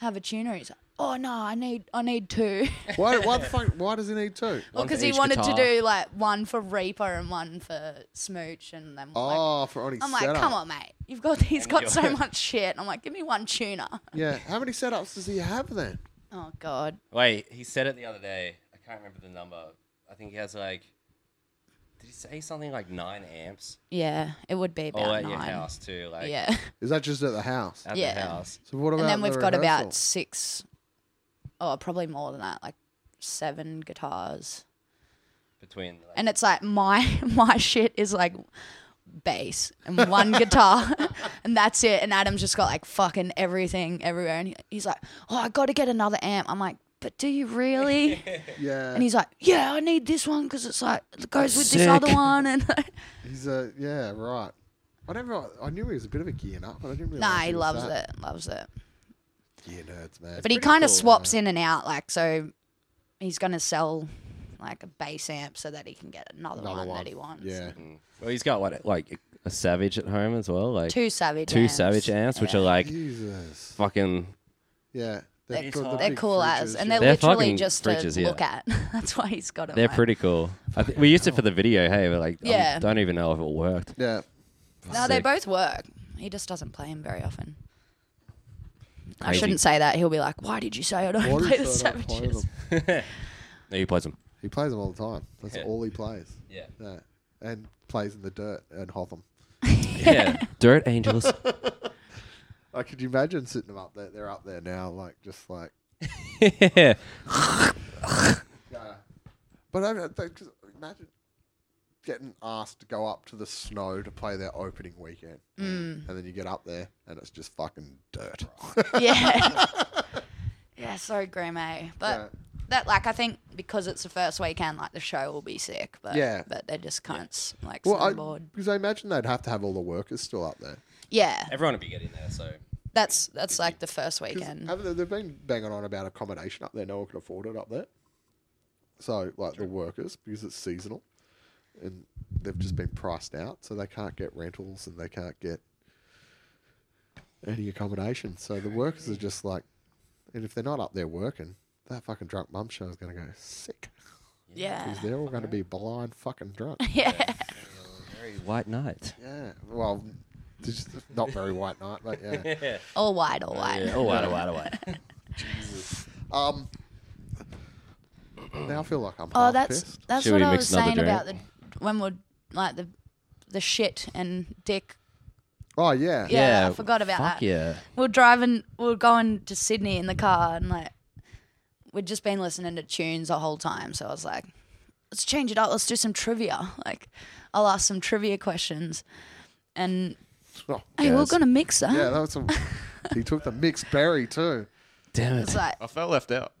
[SPEAKER 3] have a tuner." He's like, "Oh no, I need, I need two.
[SPEAKER 1] why? Why the fuck? Why does he need two?
[SPEAKER 3] Well,
[SPEAKER 2] One for
[SPEAKER 3] because he
[SPEAKER 2] each
[SPEAKER 3] wanted
[SPEAKER 2] guitar.
[SPEAKER 3] to do like one for Reaper and one for Smooch, and then like,
[SPEAKER 1] Oh, for only.
[SPEAKER 3] I'm like, come on, mate. You've got he's got so much shit. And I'm like, give me one tuner.
[SPEAKER 1] Yeah. How many setups does he have then?
[SPEAKER 3] Oh God.
[SPEAKER 2] Wait, he said it the other day. I can't remember the number. I think he has like. Did he say something like nine amps?
[SPEAKER 3] Yeah, it would be about
[SPEAKER 2] Oh, at
[SPEAKER 3] nine.
[SPEAKER 2] your house too. Like
[SPEAKER 3] Yeah.
[SPEAKER 1] Is that just at the house?
[SPEAKER 2] at
[SPEAKER 3] Yeah.
[SPEAKER 2] the house.
[SPEAKER 1] So what about?
[SPEAKER 3] and then
[SPEAKER 1] in
[SPEAKER 3] we've
[SPEAKER 1] the
[SPEAKER 3] got
[SPEAKER 1] rehearsal?
[SPEAKER 3] about six oh, probably more than that, like seven guitars.
[SPEAKER 2] Between like,
[SPEAKER 3] And it's like my my shit is like bass and one guitar, and that's it. And Adam's just got like fucking everything everywhere, and he, he's like, "Oh, I got to get another amp." I'm like, "But do you really?"
[SPEAKER 1] Yeah,
[SPEAKER 3] And he's like, "Yeah, I need this one because it's like it goes with this
[SPEAKER 2] Sick.
[SPEAKER 3] other one." And like,
[SPEAKER 1] he's a yeah right. I never. I knew he was a bit of a gear nut, but I didn't really.
[SPEAKER 3] nah, he loves it, loves it.
[SPEAKER 1] it. Gear nerds, man.
[SPEAKER 3] but he kind of swaps in and out, like so. He's gonna sell like a bass amp so that he can get another,
[SPEAKER 1] Another
[SPEAKER 3] one,
[SPEAKER 1] one.
[SPEAKER 3] that he wants.
[SPEAKER 1] Yeah,
[SPEAKER 2] Well, he's got what like a Savage at home as well, like two,
[SPEAKER 3] Two savage. amps.
[SPEAKER 2] Savage amps, which are like
[SPEAKER 1] Jesus.
[SPEAKER 2] fucking
[SPEAKER 1] Yeah,
[SPEAKER 3] They're
[SPEAKER 1] got the
[SPEAKER 2] cool.
[SPEAKER 3] They're
[SPEAKER 1] big
[SPEAKER 3] cool
[SPEAKER 1] fridges,
[SPEAKER 3] as, and
[SPEAKER 1] yeah.
[SPEAKER 3] they're,
[SPEAKER 2] They're
[SPEAKER 3] literally
[SPEAKER 2] fucking
[SPEAKER 3] just to
[SPEAKER 2] fridges, yeah.
[SPEAKER 3] look at. That's why he's got them.
[SPEAKER 2] They're
[SPEAKER 3] like-
[SPEAKER 2] pretty cool. I think we used it for the video, hey, but like, yeah.
[SPEAKER 3] Yeah.
[SPEAKER 2] I don't even know if it worked.
[SPEAKER 1] yeah.
[SPEAKER 3] No, they
[SPEAKER 2] Sick.
[SPEAKER 3] both work. He just doesn't play them very often. I
[SPEAKER 2] Crazy.
[SPEAKER 3] shouldn't say that. He'll be like, "Why did you say I don't
[SPEAKER 1] Why
[SPEAKER 3] play
[SPEAKER 1] did
[SPEAKER 3] the
[SPEAKER 1] I not play
[SPEAKER 3] savages?"
[SPEAKER 1] them?
[SPEAKER 2] No, he plays them.
[SPEAKER 1] He plays them all the time. That's
[SPEAKER 2] Yeah.
[SPEAKER 1] all he plays.
[SPEAKER 2] Yeah.
[SPEAKER 1] Yeah. And plays in the dirt and Hotham.
[SPEAKER 2] Yeah. Dirt Angels.
[SPEAKER 1] Like, could you imagine sitting them up there? They're up there now, like, just like.
[SPEAKER 2] yeah.
[SPEAKER 1] Yeah. But I mean, they- 'cause imagine getting asked to go up to the snow to play their opening weekend. And
[SPEAKER 3] Mm.
[SPEAKER 1] then you get up there and it's just fucking dirt.
[SPEAKER 3] yeah, yeah, so grimy. But
[SPEAKER 1] Yeah.
[SPEAKER 3] that, like, I think because it's the first weekend, like the show will be sick. But
[SPEAKER 1] Yeah.
[SPEAKER 3] but they're just cunts, like
[SPEAKER 1] Well, I,
[SPEAKER 3] snowboard.
[SPEAKER 1] because I imagine they'd have to have all the workers still up there.
[SPEAKER 3] Yeah,
[SPEAKER 2] Everyone would be getting there, so.
[SPEAKER 3] that's that's like the first
[SPEAKER 1] 'Cause
[SPEAKER 3] weekend.
[SPEAKER 1] haven't they- they've been banging on about accommodation up there. No one can afford it up there. So, like the workers, because it's seasonal, and they've just been priced out, so they can't get rentals and they can't get any accommodation. So the workers are just like, and if they're not up there working, that fucking drunk mum show is going to go sick
[SPEAKER 3] yeah,
[SPEAKER 1] because they're all going to be blind fucking drunk.
[SPEAKER 3] yeah,
[SPEAKER 2] Very white night.
[SPEAKER 1] yeah. Well, it's just not very white night, but yeah.
[SPEAKER 3] all white, all white.
[SPEAKER 2] Yeah. Oh, white, oh, white, oh, white.
[SPEAKER 1] Um, now I feel like I'm.
[SPEAKER 3] Oh,
[SPEAKER 1] half
[SPEAKER 3] that's
[SPEAKER 1] pissed.
[SPEAKER 3] that's
[SPEAKER 2] Should
[SPEAKER 3] what
[SPEAKER 2] we
[SPEAKER 3] I was
[SPEAKER 2] mix another
[SPEAKER 3] saying about the when we're like the the shit and dick.
[SPEAKER 1] Oh yeah.
[SPEAKER 3] Yeah, I forgot about
[SPEAKER 2] fuck
[SPEAKER 3] that.
[SPEAKER 2] yeah.
[SPEAKER 3] We're driving, we're going to Sydney in the car, and like we'd just been listening to tunes the whole time. So I was like, let's change it up. Let's do some trivia. Like I'll ask some trivia questions, and
[SPEAKER 1] Oh,
[SPEAKER 3] hey, we're
[SPEAKER 2] Yes.
[SPEAKER 3] gonna mix that.
[SPEAKER 1] yeah, that was a, he took the mixed berry too.
[SPEAKER 2] Damn
[SPEAKER 3] It's
[SPEAKER 2] it.
[SPEAKER 3] like
[SPEAKER 4] I felt left out.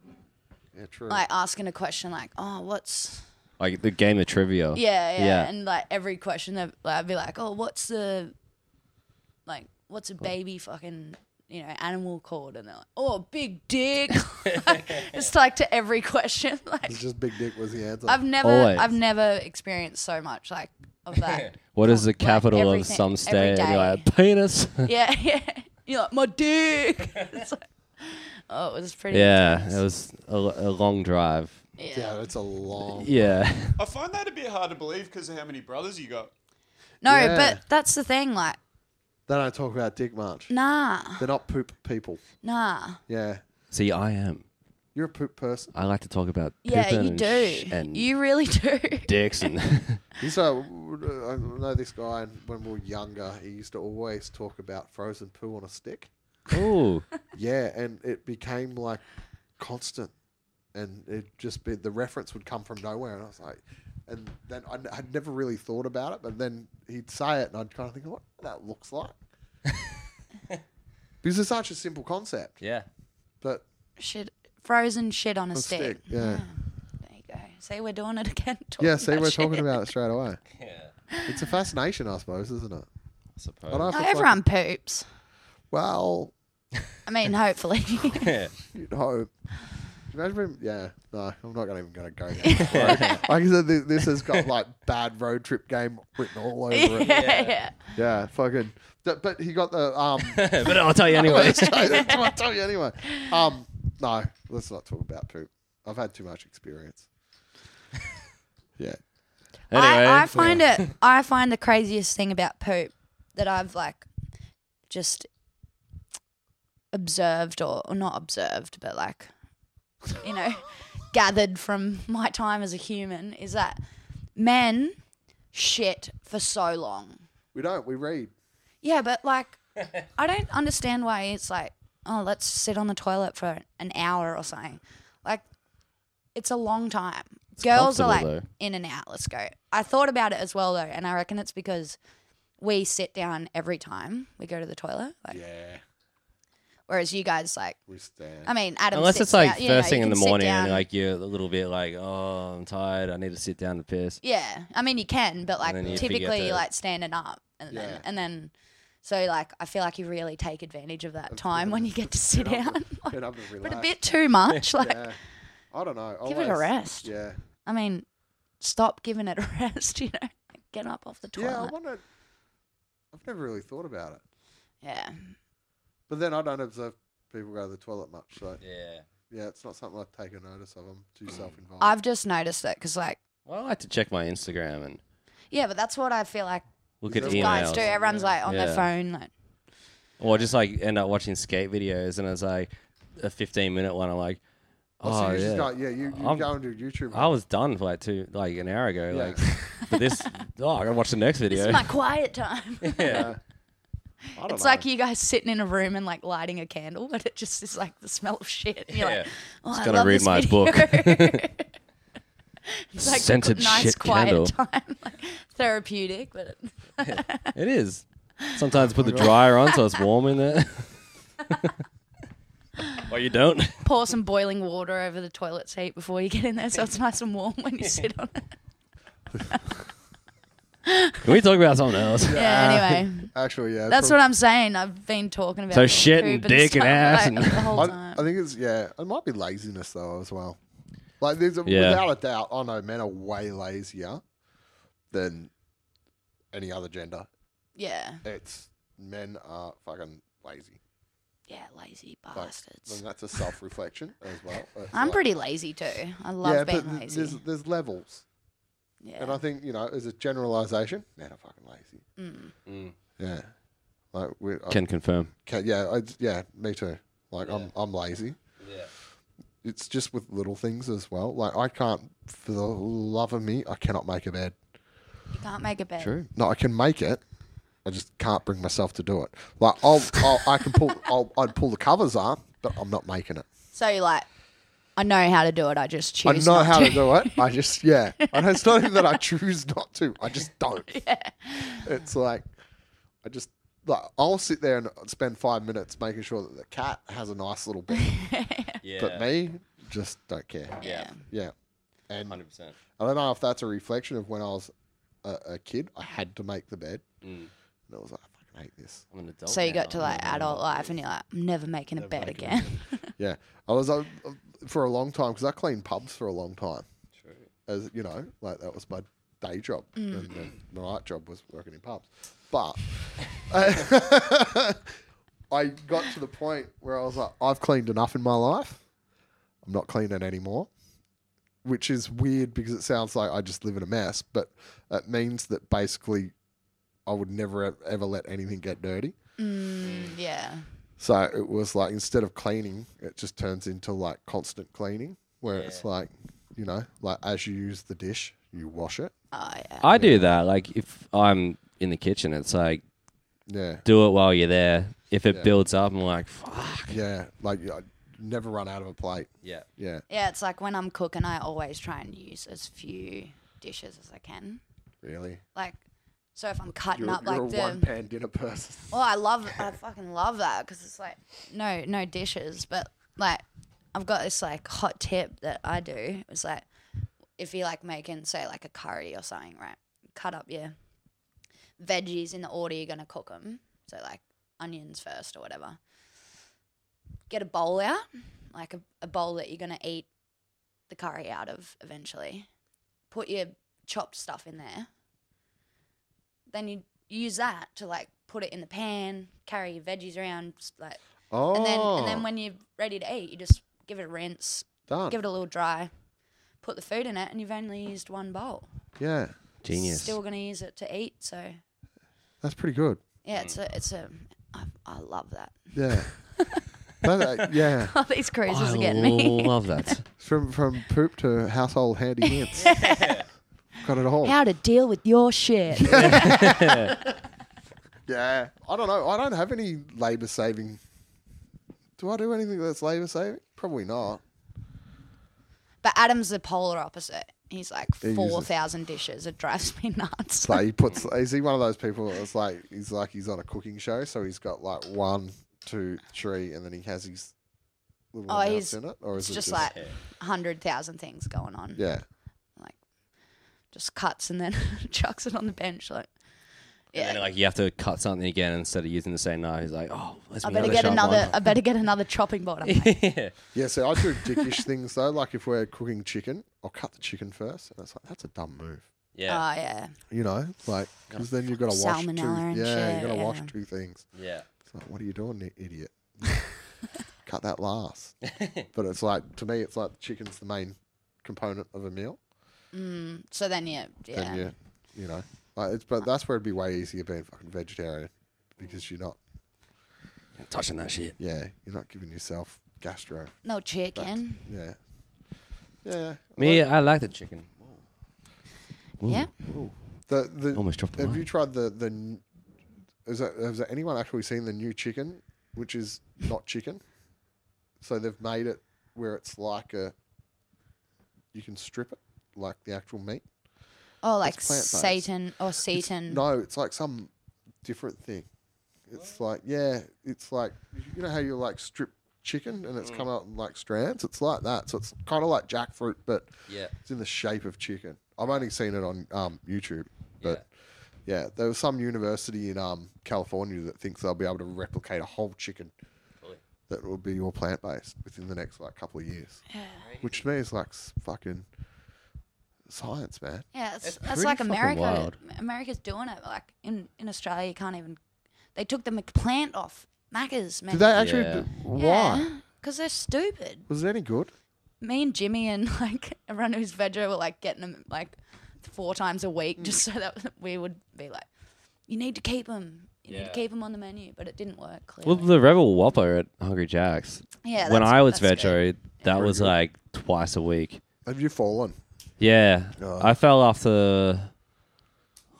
[SPEAKER 1] Yeah, true.
[SPEAKER 3] like asking a question like, oh, what's
[SPEAKER 2] Like the game of trivia.
[SPEAKER 3] Yeah, yeah.
[SPEAKER 2] Yeah.
[SPEAKER 3] And like every question, they'd- like, I'd be like, "Oh, what's the, like, what's a baby fucking, you know, animal called?" And they're like, "Oh, big dick." it's like to every question. Like
[SPEAKER 1] It's just big dick was the answer.
[SPEAKER 3] I've never,
[SPEAKER 2] Always.
[SPEAKER 3] I've never experienced so much like of that.
[SPEAKER 2] What is the
[SPEAKER 3] Like
[SPEAKER 2] capital of
[SPEAKER 3] everything-
[SPEAKER 2] some
[SPEAKER 3] every
[SPEAKER 2] state? And
[SPEAKER 3] day.
[SPEAKER 2] You're like, penis.
[SPEAKER 3] yeah, yeah. You're like my dick. It's like, oh, it was pretty.
[SPEAKER 2] yeah,
[SPEAKER 3] intense.
[SPEAKER 2] it was a, a long drive.
[SPEAKER 1] yeah, that's a long.
[SPEAKER 2] Yeah.
[SPEAKER 4] I find that a bit hard to believe because of how many brothers you got.
[SPEAKER 3] No,
[SPEAKER 1] Yeah.
[SPEAKER 3] but that's the thing. Like,
[SPEAKER 1] They don't talk about dick much.
[SPEAKER 3] nah,
[SPEAKER 1] They're not poop people.
[SPEAKER 3] nah.
[SPEAKER 1] Yeah,
[SPEAKER 2] See, I am.
[SPEAKER 1] you're a poop person.
[SPEAKER 2] I like to talk about
[SPEAKER 3] Yeah,
[SPEAKER 2] pooping
[SPEAKER 3] you
[SPEAKER 2] and
[SPEAKER 3] do.
[SPEAKER 2] sh- and
[SPEAKER 3] you really do.
[SPEAKER 2] dicks and
[SPEAKER 1] He's a, I know this guy. And when we were younger, he used to always talk about frozen poo on a stick.
[SPEAKER 2] oh
[SPEAKER 1] Yeah, and it became like constant, and it just be the reference would come from nowhere, and I was like, and then I n- I'd never really thought about it, but then he'd say it, and I'd kind of think, what that looks like, because it's such a simple concept,
[SPEAKER 2] yeah.
[SPEAKER 1] but
[SPEAKER 3] shit, frozen shit on a,
[SPEAKER 1] a
[SPEAKER 3] stick.
[SPEAKER 1] stick, yeah,
[SPEAKER 3] There you go. See, we're doing it again.
[SPEAKER 1] yeah. See, we're
[SPEAKER 3] shit.
[SPEAKER 1] talking about it straight away.
[SPEAKER 2] Yeah.
[SPEAKER 1] It's a fascination, I suppose, isn't it?
[SPEAKER 2] I suppose.
[SPEAKER 1] I don't know if it's
[SPEAKER 3] No,
[SPEAKER 1] like-
[SPEAKER 3] everyone poops.
[SPEAKER 1] well,
[SPEAKER 3] I mean, hopefully.
[SPEAKER 2] Yeah.
[SPEAKER 1] you'd hope. Imagine, being- yeah, no, I'm not gonna even gonna go there. like I said, thi- this has got like bad road trip game written all over
[SPEAKER 3] yeah,
[SPEAKER 1] it.
[SPEAKER 3] yeah.
[SPEAKER 1] Yeah, fucking. Th- But he got the um.
[SPEAKER 2] but I'll tell you anyway.
[SPEAKER 1] let's tell you- I'll tell you anyway. Um, no, let's not talk about poop. I've had too much experience. Yeah,
[SPEAKER 2] anyway.
[SPEAKER 3] I, I find it. I find the craziest thing about poop that I've like just observed or, or not observed, but like you know, gathered from my time as a human is that men shit for so long.
[SPEAKER 1] we don't. We read.
[SPEAKER 3] Yeah, but like, I don't understand why it's like, oh, let's sit on the toilet for an hour or something. Like, it's a long time. Girls are like
[SPEAKER 2] comfortable,
[SPEAKER 3] in and out. Let's go. I thought about it as well though, and I reckon it's because we sit down every time we go to the toilet. Like,
[SPEAKER 1] Yeah,
[SPEAKER 3] Whereas you guys, like,
[SPEAKER 1] we stand.
[SPEAKER 3] I mean, Adam.
[SPEAKER 2] Unless
[SPEAKER 3] sits
[SPEAKER 2] it's like
[SPEAKER 3] down- you know,
[SPEAKER 2] first
[SPEAKER 3] you
[SPEAKER 2] thing in
[SPEAKER 3] can
[SPEAKER 2] the
[SPEAKER 3] sit
[SPEAKER 2] morning
[SPEAKER 3] down.
[SPEAKER 2] and like you're a little bit like, oh, I'm tired. I need to sit down to piss.
[SPEAKER 3] Yeah, I mean you can, but like
[SPEAKER 2] then you forget
[SPEAKER 3] typically
[SPEAKER 2] to-
[SPEAKER 3] like standing up and
[SPEAKER 1] Yeah.
[SPEAKER 3] then and then so like I feel like you really take advantage of that time when you get to sit
[SPEAKER 1] Get up
[SPEAKER 3] down,
[SPEAKER 1] and- get up and
[SPEAKER 3] but a
[SPEAKER 1] relax.
[SPEAKER 3] bit too much. Like
[SPEAKER 1] yeah. I don't know.
[SPEAKER 3] give it a
[SPEAKER 1] always-
[SPEAKER 3] rest.
[SPEAKER 1] Yeah.
[SPEAKER 3] I mean, stop giving it a rest. You know, get up off the
[SPEAKER 1] Yeah, I
[SPEAKER 3] toilet.
[SPEAKER 1] wonder. I've never really thought about it,
[SPEAKER 3] Yeah,
[SPEAKER 1] but then I don't observe people go to the toilet much, so
[SPEAKER 2] Yeah.
[SPEAKER 1] yeah, it's not something I take a notice of. I'm too self-involved.
[SPEAKER 3] Mm. I've just noticed it because like
[SPEAKER 2] Well, I like to check my Instagram and
[SPEAKER 3] yeah, but that's what I feel like
[SPEAKER 2] look
[SPEAKER 1] Is
[SPEAKER 2] at
[SPEAKER 1] that-
[SPEAKER 3] guys
[SPEAKER 2] emails.
[SPEAKER 3] do. Everyone's like on
[SPEAKER 2] Yeah.
[SPEAKER 3] their phone. Like
[SPEAKER 2] Or just like end up watching skate videos and it's like a 15 minute one. I'm like,
[SPEAKER 1] Oh, so
[SPEAKER 2] oh,
[SPEAKER 1] you just
[SPEAKER 2] yeah.
[SPEAKER 1] got yeah. You you
[SPEAKER 2] I'm-
[SPEAKER 1] go into YouTube.
[SPEAKER 2] I was done for like two, like an hour ago.
[SPEAKER 1] Yeah.
[SPEAKER 2] Like, but this, oh, I gotta watch the next video.
[SPEAKER 3] this is my quiet time.
[SPEAKER 2] yeah.
[SPEAKER 1] I don't
[SPEAKER 3] It's
[SPEAKER 1] know.
[SPEAKER 3] like you guys sitting in a room and like lighting a candle, but it just is like the smell of shit. And you're like,
[SPEAKER 2] Yeah.
[SPEAKER 3] oh,
[SPEAKER 2] Just
[SPEAKER 3] I
[SPEAKER 2] gotta
[SPEAKER 3] love
[SPEAKER 2] read
[SPEAKER 3] this
[SPEAKER 2] my
[SPEAKER 3] video."
[SPEAKER 2] book.
[SPEAKER 3] it's like
[SPEAKER 2] Scented
[SPEAKER 3] a nice
[SPEAKER 2] shit
[SPEAKER 3] quiet
[SPEAKER 2] candle.
[SPEAKER 3] time, like, therapeutic. But it,
[SPEAKER 2] It is. Sometimes
[SPEAKER 1] Oh
[SPEAKER 2] put the dryer on so it's warm in there. or you don't.
[SPEAKER 3] pour some boiling water over the toilet seat before you get in there, so it's nice and warm when you sit on it.
[SPEAKER 2] Can we talk about something else?
[SPEAKER 3] Yeah. Anyway,
[SPEAKER 1] actually yeah.
[SPEAKER 3] that's what I'm saying. I've been talking about
[SPEAKER 2] So shit
[SPEAKER 3] poop
[SPEAKER 2] and dick and
[SPEAKER 3] stuff,
[SPEAKER 2] ass
[SPEAKER 3] like,
[SPEAKER 2] and-
[SPEAKER 3] the whole
[SPEAKER 1] I,
[SPEAKER 3] time.
[SPEAKER 1] I think it's yeah. It might be laziness though as well. Like there's a,
[SPEAKER 2] Yeah.
[SPEAKER 1] without a doubt, I know men are way lazier than any other gender.
[SPEAKER 3] yeah,
[SPEAKER 1] It's men are fucking lazy.
[SPEAKER 3] yeah, lazy
[SPEAKER 1] Like,
[SPEAKER 3] bastards.
[SPEAKER 1] and that's a self-reflection as well. It's
[SPEAKER 3] I'm
[SPEAKER 1] like-
[SPEAKER 3] pretty lazy too. I love
[SPEAKER 1] yeah,
[SPEAKER 3] being
[SPEAKER 1] but th-
[SPEAKER 3] lazy.
[SPEAKER 1] There's, there's levels,
[SPEAKER 3] yeah.
[SPEAKER 1] and I think you know, as a generalization, men are fucking lazy.
[SPEAKER 3] Mm.
[SPEAKER 1] Yeah, like we I-
[SPEAKER 2] Can confirm.
[SPEAKER 1] Ca- yeah, I, yeah, me too. Like I'm, I'm lazy.
[SPEAKER 2] Yeah.
[SPEAKER 1] It's just with little things as well. Like I can't, for the love of me, I cannot make a bed.
[SPEAKER 3] You can't make a bed.
[SPEAKER 2] True.
[SPEAKER 1] No, I can make it. I just can't bring myself to do it. Like I'll, I'll I can pull, I'll, I'd pull the covers up, but I'm not making it.
[SPEAKER 3] So you're like, I know how to do it. I just
[SPEAKER 1] I
[SPEAKER 3] choose.
[SPEAKER 1] know
[SPEAKER 3] not
[SPEAKER 1] how to do it. I just, yeah. I know it's not even that I choose not to. I just don't. It's like, I just, like, I'll sit there and spend five minutes making sure that the cat has a nice little bed,
[SPEAKER 2] Yeah.
[SPEAKER 1] but me just don't care.
[SPEAKER 2] Yeah.
[SPEAKER 1] Yeah. And
[SPEAKER 2] 100%.
[SPEAKER 1] I don't know if that's a reflection of when I was a, a kid. I had to make the bed.
[SPEAKER 2] Mm.
[SPEAKER 1] And I was like, I fucking hate this.
[SPEAKER 2] I'm an adult.
[SPEAKER 3] So you
[SPEAKER 2] now. Mm.
[SPEAKER 3] got to like adult life, and you're like, I'm never making a
[SPEAKER 1] Never
[SPEAKER 3] bed
[SPEAKER 1] making a
[SPEAKER 3] again.
[SPEAKER 1] Yeah. I was uh, uh, for a long time because I cleaned pubs for a long time.
[SPEAKER 2] True.
[SPEAKER 1] As you know, like that was my day job. And then my night job was working in pubs. But uh, I got to the point where I was like, I've cleaned enough in my life. I'm not cleaning anymore. Which is weird because it sounds like I just live in a mess, but it means that basically I would never e- ever let anything get dirty.
[SPEAKER 3] mm, yeah.
[SPEAKER 1] So it was like instead of cleaning, it just turns into like constant cleaning, where it's like, you know, like as you use the dish, you wash it.
[SPEAKER 3] Oh yeah.
[SPEAKER 2] I do that. Like if I'm in the kitchen, it's like
[SPEAKER 1] Yeah,
[SPEAKER 2] do it while you're there. If it
[SPEAKER 1] Yeah.
[SPEAKER 2] builds up, I'm like, fuck.
[SPEAKER 1] yeah. Like you I never run out of a plate.
[SPEAKER 2] Yeah.
[SPEAKER 1] Yeah,
[SPEAKER 3] Yeah, it's like when I'm cooking, I always try and use as few dishes as I can.
[SPEAKER 1] really.
[SPEAKER 3] Like, so if I'm cutting
[SPEAKER 1] You're,
[SPEAKER 3] up
[SPEAKER 1] you're
[SPEAKER 3] like
[SPEAKER 1] a
[SPEAKER 3] the
[SPEAKER 1] one pan dinner person.
[SPEAKER 3] Well, I love, I fucking love that because it's like no, no dishes, but like I've got this like hot tip that I do. It's like if you're like making say like a curry or something, right? Cut up your veggies in the order you're gonna cook them. So like onions first or whatever. Get a bowl out, like a, a bowl that you're gonna eat the curry out of eventually. Put your chopped stuff in there then you use that to like put it in the pan, carry your veggies around, s- like,
[SPEAKER 1] Oh,
[SPEAKER 3] and then and then when you're ready to eat, you just give it a rinse,
[SPEAKER 1] done.
[SPEAKER 3] give it a little dry, put the food in it, and you've only used one bowl.
[SPEAKER 1] yeah,
[SPEAKER 2] Genius.
[SPEAKER 3] Still gonna use it to eat, so
[SPEAKER 1] that's pretty good.
[SPEAKER 3] yeah, it's
[SPEAKER 1] Mm.
[SPEAKER 3] a it's a I, I love that.
[SPEAKER 1] Yeah, That, uh, yeah.
[SPEAKER 3] These cruises
[SPEAKER 2] I
[SPEAKER 3] are getting me.
[SPEAKER 2] love that.
[SPEAKER 1] From from poop to household handy hints. Got it all.
[SPEAKER 3] How to deal with your shit?
[SPEAKER 1] Yeah, I don't know. I don't have any labor saving. Do I do anything that's labor saving? Probably not.
[SPEAKER 3] but Adam's the polar opposite. he's like
[SPEAKER 1] He uses-
[SPEAKER 3] four thousand dishes. It drives me nuts.
[SPEAKER 1] It's like he puts. Is he one of those people that's like he's like he's on a cooking show, so he's got like one, two, three, and then he has his little
[SPEAKER 3] Oh,
[SPEAKER 1] amounts
[SPEAKER 3] he's-
[SPEAKER 1] in it, or is
[SPEAKER 3] it's
[SPEAKER 1] it
[SPEAKER 3] just
[SPEAKER 1] just
[SPEAKER 3] like hundred thousand things going on.
[SPEAKER 1] yeah?
[SPEAKER 3] Just cuts and then chucks it on the bench. Like,
[SPEAKER 2] And then,
[SPEAKER 3] yeah.
[SPEAKER 2] like you have to cut something again instead of using the same knife. He's like, oh, let's
[SPEAKER 3] I better get another. I better get another chopping board. I'm like,
[SPEAKER 2] yeah.
[SPEAKER 1] Yeah, so I do dickish things though. Like if we're cooking chicken, I'll cut the chicken first, and it's like that's a dumb move,
[SPEAKER 2] Yeah.
[SPEAKER 3] Oh yeah.
[SPEAKER 1] you know, like because then you've got to wash two,
[SPEAKER 3] Salmonella and
[SPEAKER 1] yeah,
[SPEAKER 3] shit,
[SPEAKER 1] you got to wash
[SPEAKER 3] yeah.
[SPEAKER 1] two things.
[SPEAKER 2] yeah.
[SPEAKER 1] It's like what are you doing, you idiot? cut that last. But it's like to me, it's like the chicken's the main component of a meal.
[SPEAKER 3] Mm, so then yeah, yeah.
[SPEAKER 1] then you, you know, like it's, but that's where it'd be way easier being fucking vegetarian because you're not,
[SPEAKER 2] Touching that shit.
[SPEAKER 1] yeah, you're not giving yourself gastro.
[SPEAKER 3] No chicken.
[SPEAKER 1] Yeah, yeah.
[SPEAKER 2] Me,
[SPEAKER 1] Like,
[SPEAKER 2] I like the chicken.
[SPEAKER 3] Yeah.
[SPEAKER 1] the, the,
[SPEAKER 2] Almost dropped the
[SPEAKER 1] have
[SPEAKER 2] mic.
[SPEAKER 1] you tried the the? n- Is that, has that anyone actually seen the new chicken, which is not chicken? So they've made it where it's like a. You can strip it like the actual meat.
[SPEAKER 3] Oh, like
[SPEAKER 1] plant-based.
[SPEAKER 3] Satan or
[SPEAKER 1] It's-
[SPEAKER 3] Satan.
[SPEAKER 1] No, it's like some different thing. It's like yeah, it's like you know how you like strip chicken and it's come out in like strands. It's like that. So it's kind of like jackfruit, but
[SPEAKER 2] Yeah.
[SPEAKER 1] it's in the shape of chicken. I've only seen it on um, YouTube, but yeah. there was some university in um, California that thinks they'll be able to replicate a whole chicken
[SPEAKER 2] Really?
[SPEAKER 1] that will be all plant based within the next like couple of years. Which to me is like s- fucking science, man.
[SPEAKER 3] Yeah, it's,
[SPEAKER 2] It's
[SPEAKER 3] that's like
[SPEAKER 2] pretty fucking
[SPEAKER 3] America.
[SPEAKER 2] wild.
[SPEAKER 3] America's doing it. Like in, in Australia, you can't even. They took the McPlant off Macca's.
[SPEAKER 1] Did they actually?
[SPEAKER 2] Yeah.
[SPEAKER 1] do- why?
[SPEAKER 3] Because they're stupid.
[SPEAKER 1] Was it any good?
[SPEAKER 3] Me and Jimmy and like everyone who's veggie were like getting them like four times a week just so that we would be like, you need to keep them. You need
[SPEAKER 2] Yeah.
[SPEAKER 3] to keep them on the menu, but it didn't work. Clearly.
[SPEAKER 2] Well, the Rebel Whopper at Hungry Jack's.
[SPEAKER 3] yeah.
[SPEAKER 2] when
[SPEAKER 3] that's-
[SPEAKER 2] I was
[SPEAKER 3] that's good.
[SPEAKER 2] vegetarian, that was
[SPEAKER 1] good.
[SPEAKER 2] like twice a week.
[SPEAKER 1] Have you fallen?
[SPEAKER 2] Yeah,
[SPEAKER 1] Oh.
[SPEAKER 2] I fell off the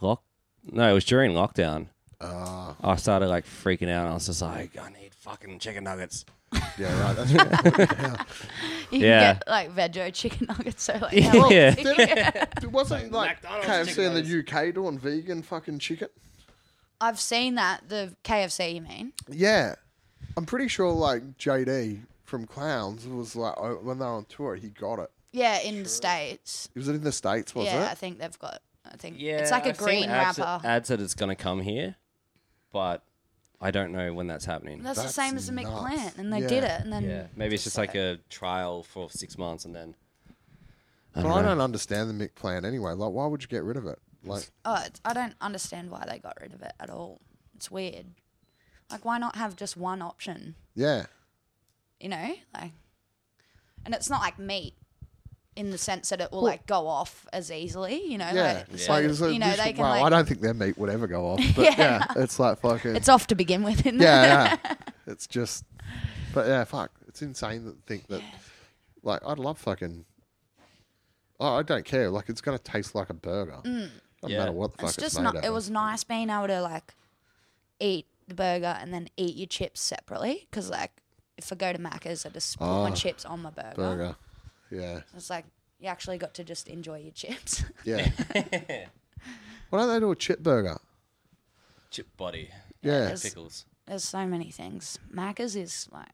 [SPEAKER 2] lock. No, it was during lockdown.
[SPEAKER 1] Ah,
[SPEAKER 2] I started like freaking out. I was just like, I need fucking chicken nuggets.
[SPEAKER 1] yeah, right. That's right.
[SPEAKER 3] You
[SPEAKER 2] Yeah.
[SPEAKER 3] can get like veggie chicken nuggets. So like,
[SPEAKER 2] Yeah.
[SPEAKER 3] how-
[SPEAKER 2] Yeah.
[SPEAKER 1] It wasn't like
[SPEAKER 2] McDonald's
[SPEAKER 1] KFC in
[SPEAKER 2] chicken
[SPEAKER 1] the UK doing vegan fucking chicken.
[SPEAKER 3] I've seen that the KFC. You mean?
[SPEAKER 1] Yeah, I'm pretty sure like JD from Clowns was like oh, when they were on tour, he got it.
[SPEAKER 3] Yeah, in the states.
[SPEAKER 1] It was in the states, was
[SPEAKER 3] yeah, I
[SPEAKER 1] it?
[SPEAKER 3] think they've got. I think it's like a
[SPEAKER 2] I've seen
[SPEAKER 3] green
[SPEAKER 2] ads
[SPEAKER 3] wrapper.
[SPEAKER 2] That, ads that it's gonna come here, but I don't know when that's happening.
[SPEAKER 3] that's, the
[SPEAKER 1] That's
[SPEAKER 3] same as the
[SPEAKER 1] nuts.
[SPEAKER 3] McPlant, and they
[SPEAKER 1] Yeah.
[SPEAKER 3] did it, and then
[SPEAKER 2] yeah, maybe it's just like a trial for six months and then. I
[SPEAKER 1] But
[SPEAKER 2] don't
[SPEAKER 1] I
[SPEAKER 2] know.
[SPEAKER 1] don't understand the Mick plan anyway. Like, why would you get rid of it? Like,
[SPEAKER 3] oh, it's, I don't understand why they got rid of it at all. It's weird. Like, why not have just one option?
[SPEAKER 1] yeah,
[SPEAKER 3] You know, like, and it's not like meat in the sense that it will
[SPEAKER 1] Well-
[SPEAKER 3] like go off as easily. You know,
[SPEAKER 1] yeah.
[SPEAKER 3] like,
[SPEAKER 1] It's
[SPEAKER 3] so
[SPEAKER 1] like,
[SPEAKER 3] that,
[SPEAKER 1] it's a
[SPEAKER 3] you know,
[SPEAKER 1] visual-
[SPEAKER 3] they can
[SPEAKER 1] well,
[SPEAKER 3] like,
[SPEAKER 1] I don't think their meat would ever go off. But yeah,
[SPEAKER 3] Yeah.
[SPEAKER 1] it's like fucking.
[SPEAKER 3] it's off to begin with. In
[SPEAKER 1] yeah, yeah. it's just, but yeah, fuck, it's insane to think that. Like, I'd love fucking. Oh, I don't care. Like, it's gonna taste like a burger. Doesn't
[SPEAKER 2] Yeah.
[SPEAKER 1] matter what the fuck
[SPEAKER 3] Mm. it's
[SPEAKER 1] it's,
[SPEAKER 3] just
[SPEAKER 1] made
[SPEAKER 3] not.
[SPEAKER 1] out
[SPEAKER 3] It
[SPEAKER 1] of.
[SPEAKER 3] was nice being able to like eat the burger and then eat your chips separately. Because like if I go to Macca's, I just put my
[SPEAKER 1] Ah,
[SPEAKER 3] chips on my burger.
[SPEAKER 1] burger. Yeah,
[SPEAKER 3] It's like you actually got to just enjoy your chips.
[SPEAKER 1] yeah. Why don't they do a chip burger?
[SPEAKER 2] Chip body
[SPEAKER 1] Yeah,
[SPEAKER 3] Yes.
[SPEAKER 2] pickles.
[SPEAKER 3] There's so many things. Macca's is like,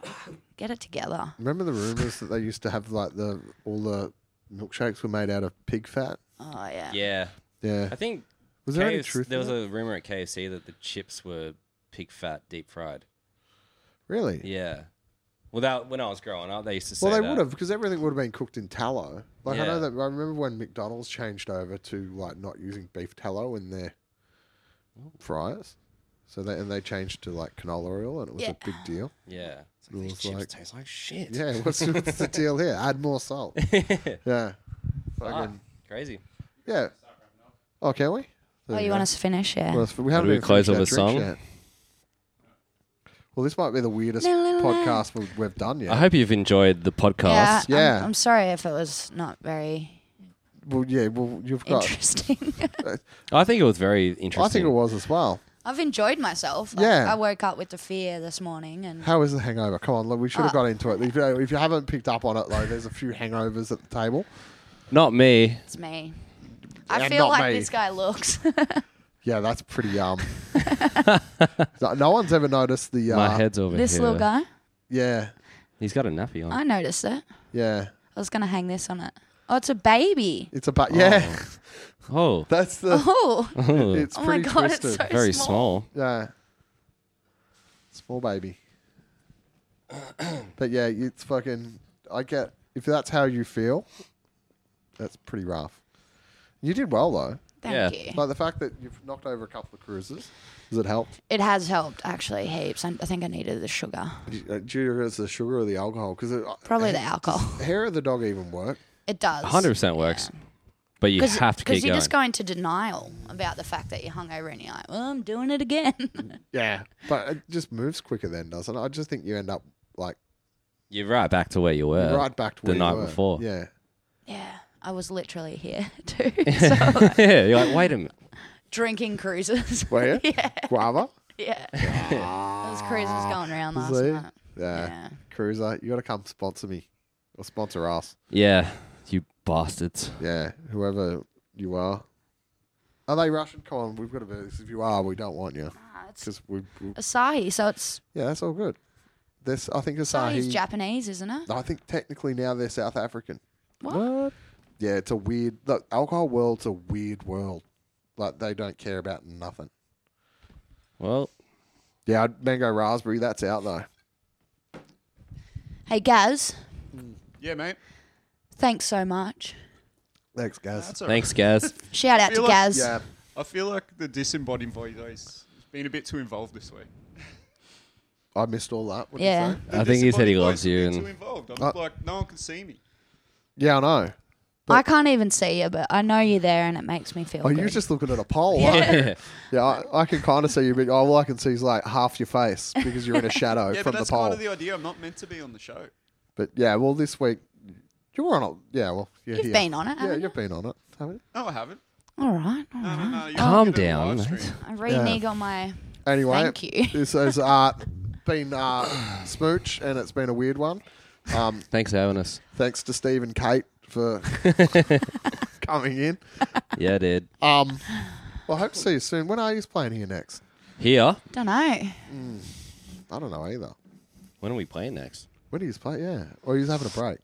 [SPEAKER 3] fuck, get it together.
[SPEAKER 1] remember the rumors that they used to have like the all the milkshakes were made out of pig fat.
[SPEAKER 3] Oh yeah.
[SPEAKER 2] Yeah,
[SPEAKER 1] Yeah,
[SPEAKER 2] I think
[SPEAKER 1] was there any
[SPEAKER 2] KFC
[SPEAKER 1] truth?
[SPEAKER 2] there
[SPEAKER 1] in
[SPEAKER 2] was
[SPEAKER 1] that?
[SPEAKER 2] a rumor at KFC that the chips were pig fat deep fried.
[SPEAKER 1] really.
[SPEAKER 2] Yeah. Well, that when I was growing up, they used to say
[SPEAKER 1] Well, they
[SPEAKER 2] that.
[SPEAKER 1] would have because everything would have been cooked in tallow. Like I know
[SPEAKER 2] Yeah.
[SPEAKER 1] that I remember when McDonald's changed over to like not using beef tallow in their fries, so they and they changed to like canola oil, and it was
[SPEAKER 3] Yeah.
[SPEAKER 1] a big deal.
[SPEAKER 2] Yeah. It's
[SPEAKER 1] It
[SPEAKER 2] like, these
[SPEAKER 1] was
[SPEAKER 2] chips
[SPEAKER 1] like-
[SPEAKER 2] taste like shit.
[SPEAKER 1] Yeah, what's, what's the deal here? Add more salt. Yeah,
[SPEAKER 2] Ah,
[SPEAKER 1] fucking
[SPEAKER 2] crazy.
[SPEAKER 1] yeah. Oh, can we?
[SPEAKER 3] Oh, you want us to finish? Yeah.
[SPEAKER 1] Well, we haven't
[SPEAKER 2] we
[SPEAKER 1] even
[SPEAKER 2] close
[SPEAKER 1] finished our
[SPEAKER 2] with a
[SPEAKER 1] drinks
[SPEAKER 2] song?
[SPEAKER 1] yet. Well, this might be the weirdest
[SPEAKER 3] No, no, no, no.
[SPEAKER 1] podcast we- we've done yet.
[SPEAKER 2] I hope you've enjoyed the
[SPEAKER 3] yeah.
[SPEAKER 2] podcast.
[SPEAKER 1] Yeah.
[SPEAKER 3] I'm, I'm sorry if it was not very
[SPEAKER 1] well, yeah, well, you've got.
[SPEAKER 3] interesting.
[SPEAKER 2] I think it was very interesting.
[SPEAKER 1] I think it was as well.
[SPEAKER 3] I've enjoyed myself. Like,
[SPEAKER 1] Yeah.
[SPEAKER 3] I woke up with the fear this morning and
[SPEAKER 1] How is the hangover? Come on, look, we should have
[SPEAKER 3] Uh,
[SPEAKER 1] got into it. If you, if you haven't picked up on it, though, there's a few hangovers at the table.
[SPEAKER 2] Not me.
[SPEAKER 3] It's me. I
[SPEAKER 1] Yeah,
[SPEAKER 3] feel
[SPEAKER 1] not
[SPEAKER 3] like
[SPEAKER 1] me.
[SPEAKER 3] this guy looks.
[SPEAKER 1] Yeah, that's pretty um. no, no one's ever noticed the uh,
[SPEAKER 2] My head's over
[SPEAKER 3] this
[SPEAKER 2] here.
[SPEAKER 3] little guy.
[SPEAKER 1] Yeah,
[SPEAKER 2] He's got a nappy on.
[SPEAKER 3] I noticed it.
[SPEAKER 1] yeah.
[SPEAKER 3] I was gonna hang this on it. Oh, it's a baby.
[SPEAKER 1] It's about yeah.
[SPEAKER 2] Oh.
[SPEAKER 1] that's the.
[SPEAKER 3] Oh,
[SPEAKER 2] Oh.
[SPEAKER 1] It's
[SPEAKER 3] oh my
[SPEAKER 1] pretty
[SPEAKER 3] god,
[SPEAKER 1] twisted.
[SPEAKER 3] it's so
[SPEAKER 2] Very
[SPEAKER 3] small.
[SPEAKER 2] small.
[SPEAKER 1] Yeah. Small baby. but yeah, it's fucking. I get if that's how you feel. That's pretty rough. You did well though.
[SPEAKER 3] Thank you.
[SPEAKER 1] Like the fact that you've knocked over a couple of cruises, does it help?
[SPEAKER 3] It has helped actually heaps. I, I think I needed the sugar.
[SPEAKER 1] Do you reckon it's the sugar or the alcohol? Because
[SPEAKER 3] Probably the alcohol.
[SPEAKER 1] hair of the dog even work?
[SPEAKER 3] It does.
[SPEAKER 2] 100% works. But you
[SPEAKER 3] Because
[SPEAKER 2] have to keep
[SPEAKER 3] you're
[SPEAKER 2] going.
[SPEAKER 3] just going to denial about the fact that you're hungover and you're like, well, I'm doing it again.
[SPEAKER 1] Yeah, but it just moves quicker then, doesn't it? I just think you end up like
[SPEAKER 2] You're right back to where you were.
[SPEAKER 1] right back
[SPEAKER 2] Uh,
[SPEAKER 1] to
[SPEAKER 2] the
[SPEAKER 1] where you
[SPEAKER 2] night
[SPEAKER 1] were.
[SPEAKER 2] before.
[SPEAKER 1] Yeah,
[SPEAKER 3] yeah, I was literally here too. So
[SPEAKER 2] yeah, you're like, wait a minute.
[SPEAKER 3] drinking cruises.
[SPEAKER 1] Were you?
[SPEAKER 3] yeah,
[SPEAKER 1] guava.
[SPEAKER 3] yeah. Those cruises going around last
[SPEAKER 1] See?
[SPEAKER 3] night.
[SPEAKER 1] Yeah.
[SPEAKER 3] Yeah.
[SPEAKER 1] cruiser. You got to come sponsor me or sponsor us.
[SPEAKER 2] Yeah, you bastards.
[SPEAKER 1] Yeah, whoever you are. Are they Russian? Come on, we've got to be. If you are, we don't want you
[SPEAKER 3] Ah, it's
[SPEAKER 1] because we, we-
[SPEAKER 3] Asahi, so it's
[SPEAKER 1] Yeah, that's all good. This I think
[SPEAKER 3] Asahi's
[SPEAKER 1] Asahi.
[SPEAKER 3] Japanese, isn't it?
[SPEAKER 1] I think technically now they're South African.
[SPEAKER 3] What?
[SPEAKER 1] Yeah, it's a weird. The alcohol world's a weird world. Like they don't care about nothing.
[SPEAKER 2] Well,
[SPEAKER 1] Yeah, mango raspberry. That's out though.
[SPEAKER 3] Hey, Gaz,
[SPEAKER 4] Yeah, mate.
[SPEAKER 3] thanks so much.
[SPEAKER 1] Thanks, guys.
[SPEAKER 4] That's all right.
[SPEAKER 2] thanks, guys.
[SPEAKER 3] Shout out to
[SPEAKER 4] Feel like-
[SPEAKER 3] Gaz.
[SPEAKER 1] Yeah,
[SPEAKER 4] I feel like the disembodied voice has been a bit too involved this week.
[SPEAKER 1] I missed all that. What did you
[SPEAKER 3] Yeah.
[SPEAKER 1] say?
[SPEAKER 4] The
[SPEAKER 2] I think he said he
[SPEAKER 4] disembodied voice
[SPEAKER 2] loves
[SPEAKER 4] has
[SPEAKER 2] you
[SPEAKER 4] been
[SPEAKER 2] and-
[SPEAKER 4] too involved. I'm
[SPEAKER 1] Uh,
[SPEAKER 4] like, no one can see me.
[SPEAKER 1] Yeah, I know.
[SPEAKER 3] I can't even see you, but I know you're there, and it makes me feel.
[SPEAKER 1] Oh,
[SPEAKER 3] good.
[SPEAKER 1] you're just looking at a pole. Yeah, aren't you?
[SPEAKER 2] Yeah.
[SPEAKER 1] yeah I, I can kind of see you, but oh, all I can see is like half your face because you're in a shadow
[SPEAKER 4] Yeah,
[SPEAKER 1] from
[SPEAKER 4] but
[SPEAKER 1] the
[SPEAKER 4] that's
[SPEAKER 1] pole.
[SPEAKER 4] kind of the idea. I'm not meant to be on the show.
[SPEAKER 1] But yeah, well, this week you were on it. Yeah, well, you're
[SPEAKER 3] You've
[SPEAKER 1] here.
[SPEAKER 3] been on it,
[SPEAKER 1] Yeah,
[SPEAKER 3] haven't
[SPEAKER 1] you've been on it, haven't you?
[SPEAKER 4] No, I haven't.
[SPEAKER 3] All right, all
[SPEAKER 4] No,
[SPEAKER 3] right.
[SPEAKER 4] no, no. you
[SPEAKER 2] Calm
[SPEAKER 4] did it
[SPEAKER 2] down,
[SPEAKER 4] live
[SPEAKER 2] mate.
[SPEAKER 4] stream.
[SPEAKER 3] I reneg on my.
[SPEAKER 1] Anyway,
[SPEAKER 3] Thank you.
[SPEAKER 1] this has uh, been uh, smooch, and it's been a weird one. Um,
[SPEAKER 2] Thanks for having us.
[SPEAKER 1] thanks to Steve and Kate for coming in.
[SPEAKER 2] Yeah, dude.
[SPEAKER 1] Um, well, I hope to see you soon. When are you playing here next?
[SPEAKER 2] Here.
[SPEAKER 3] Don't know.
[SPEAKER 1] I don't know either.
[SPEAKER 2] When are we playing next?
[SPEAKER 1] When do you play? Yeah, or he's having a break.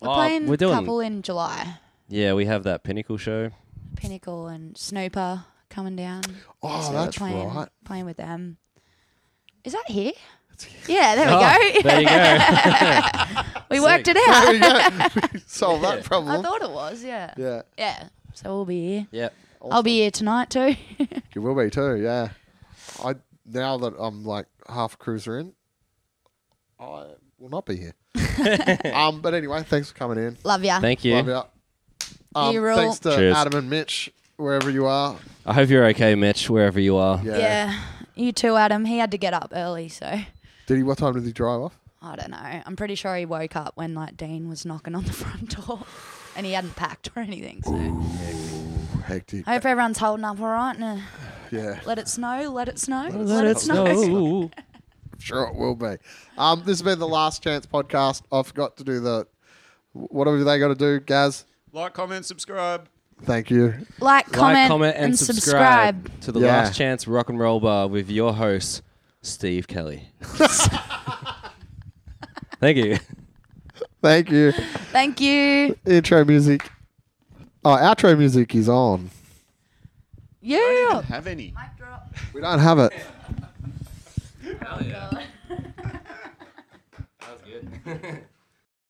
[SPEAKER 3] We're
[SPEAKER 2] Oh,
[SPEAKER 3] playing
[SPEAKER 2] we're doing-
[SPEAKER 3] couple in July.
[SPEAKER 2] Yeah, we have that Pinnacle show.
[SPEAKER 3] Pinnacle and Snooper coming down.
[SPEAKER 1] Oh,
[SPEAKER 3] So we're
[SPEAKER 1] that's
[SPEAKER 3] playing,
[SPEAKER 1] right.
[SPEAKER 3] Playing with them. Is that here? Yeah, there we
[SPEAKER 2] Oh,
[SPEAKER 3] go.
[SPEAKER 2] There you go.
[SPEAKER 3] we worked it
[SPEAKER 1] There
[SPEAKER 3] out.
[SPEAKER 1] we go. We solved that
[SPEAKER 3] I
[SPEAKER 1] problem.
[SPEAKER 3] thought it was. Yeah. yeah.
[SPEAKER 1] yeah,
[SPEAKER 3] So we'll be here.
[SPEAKER 2] yep.
[SPEAKER 3] I'll be here tonight too.
[SPEAKER 1] you will be too. Yeah. I now that I'm like half a cruiser in, I will not be here. um, but anyway, thanks for coming in.
[SPEAKER 3] Love ya.
[SPEAKER 2] Thank you.
[SPEAKER 1] Love ya. Um,
[SPEAKER 3] You rule.
[SPEAKER 1] thanks to
[SPEAKER 2] Cheers.
[SPEAKER 1] Adam and Mitch, wherever you are.
[SPEAKER 2] I hope you're okay, Mitch, wherever you are.
[SPEAKER 1] Yeah.
[SPEAKER 3] yeah. You too, Adam. He had to get up early, so.
[SPEAKER 1] Did he? What time did he drive off?
[SPEAKER 3] I don't know. I'm pretty sure he woke up when like Dean was knocking on the front door, and he hadn't packed or anything. So
[SPEAKER 1] Hectic.
[SPEAKER 3] I hope everyone's holding up all right. And uh,
[SPEAKER 1] Yeah.
[SPEAKER 3] let it snow. Let it snow. Let,
[SPEAKER 2] snow.
[SPEAKER 1] Sure, it will be. Um, this has been the Last Chance podcast. I forgot to do the. What have they got to do, Gaz?
[SPEAKER 4] Like, comment, subscribe.
[SPEAKER 1] Thank you.
[SPEAKER 3] Like, comment,
[SPEAKER 2] like, comment, and, subscribe, to the
[SPEAKER 1] Yeah.
[SPEAKER 2] Last Chance Rock and Roll Bar with your host, Steve Kelly. Thank you.
[SPEAKER 1] Thank you.
[SPEAKER 3] Thank you.
[SPEAKER 1] Intro music. Oh, outro music is on.
[SPEAKER 4] I
[SPEAKER 3] Yeah.
[SPEAKER 4] don't have any.
[SPEAKER 1] We don't have it.
[SPEAKER 2] That was good.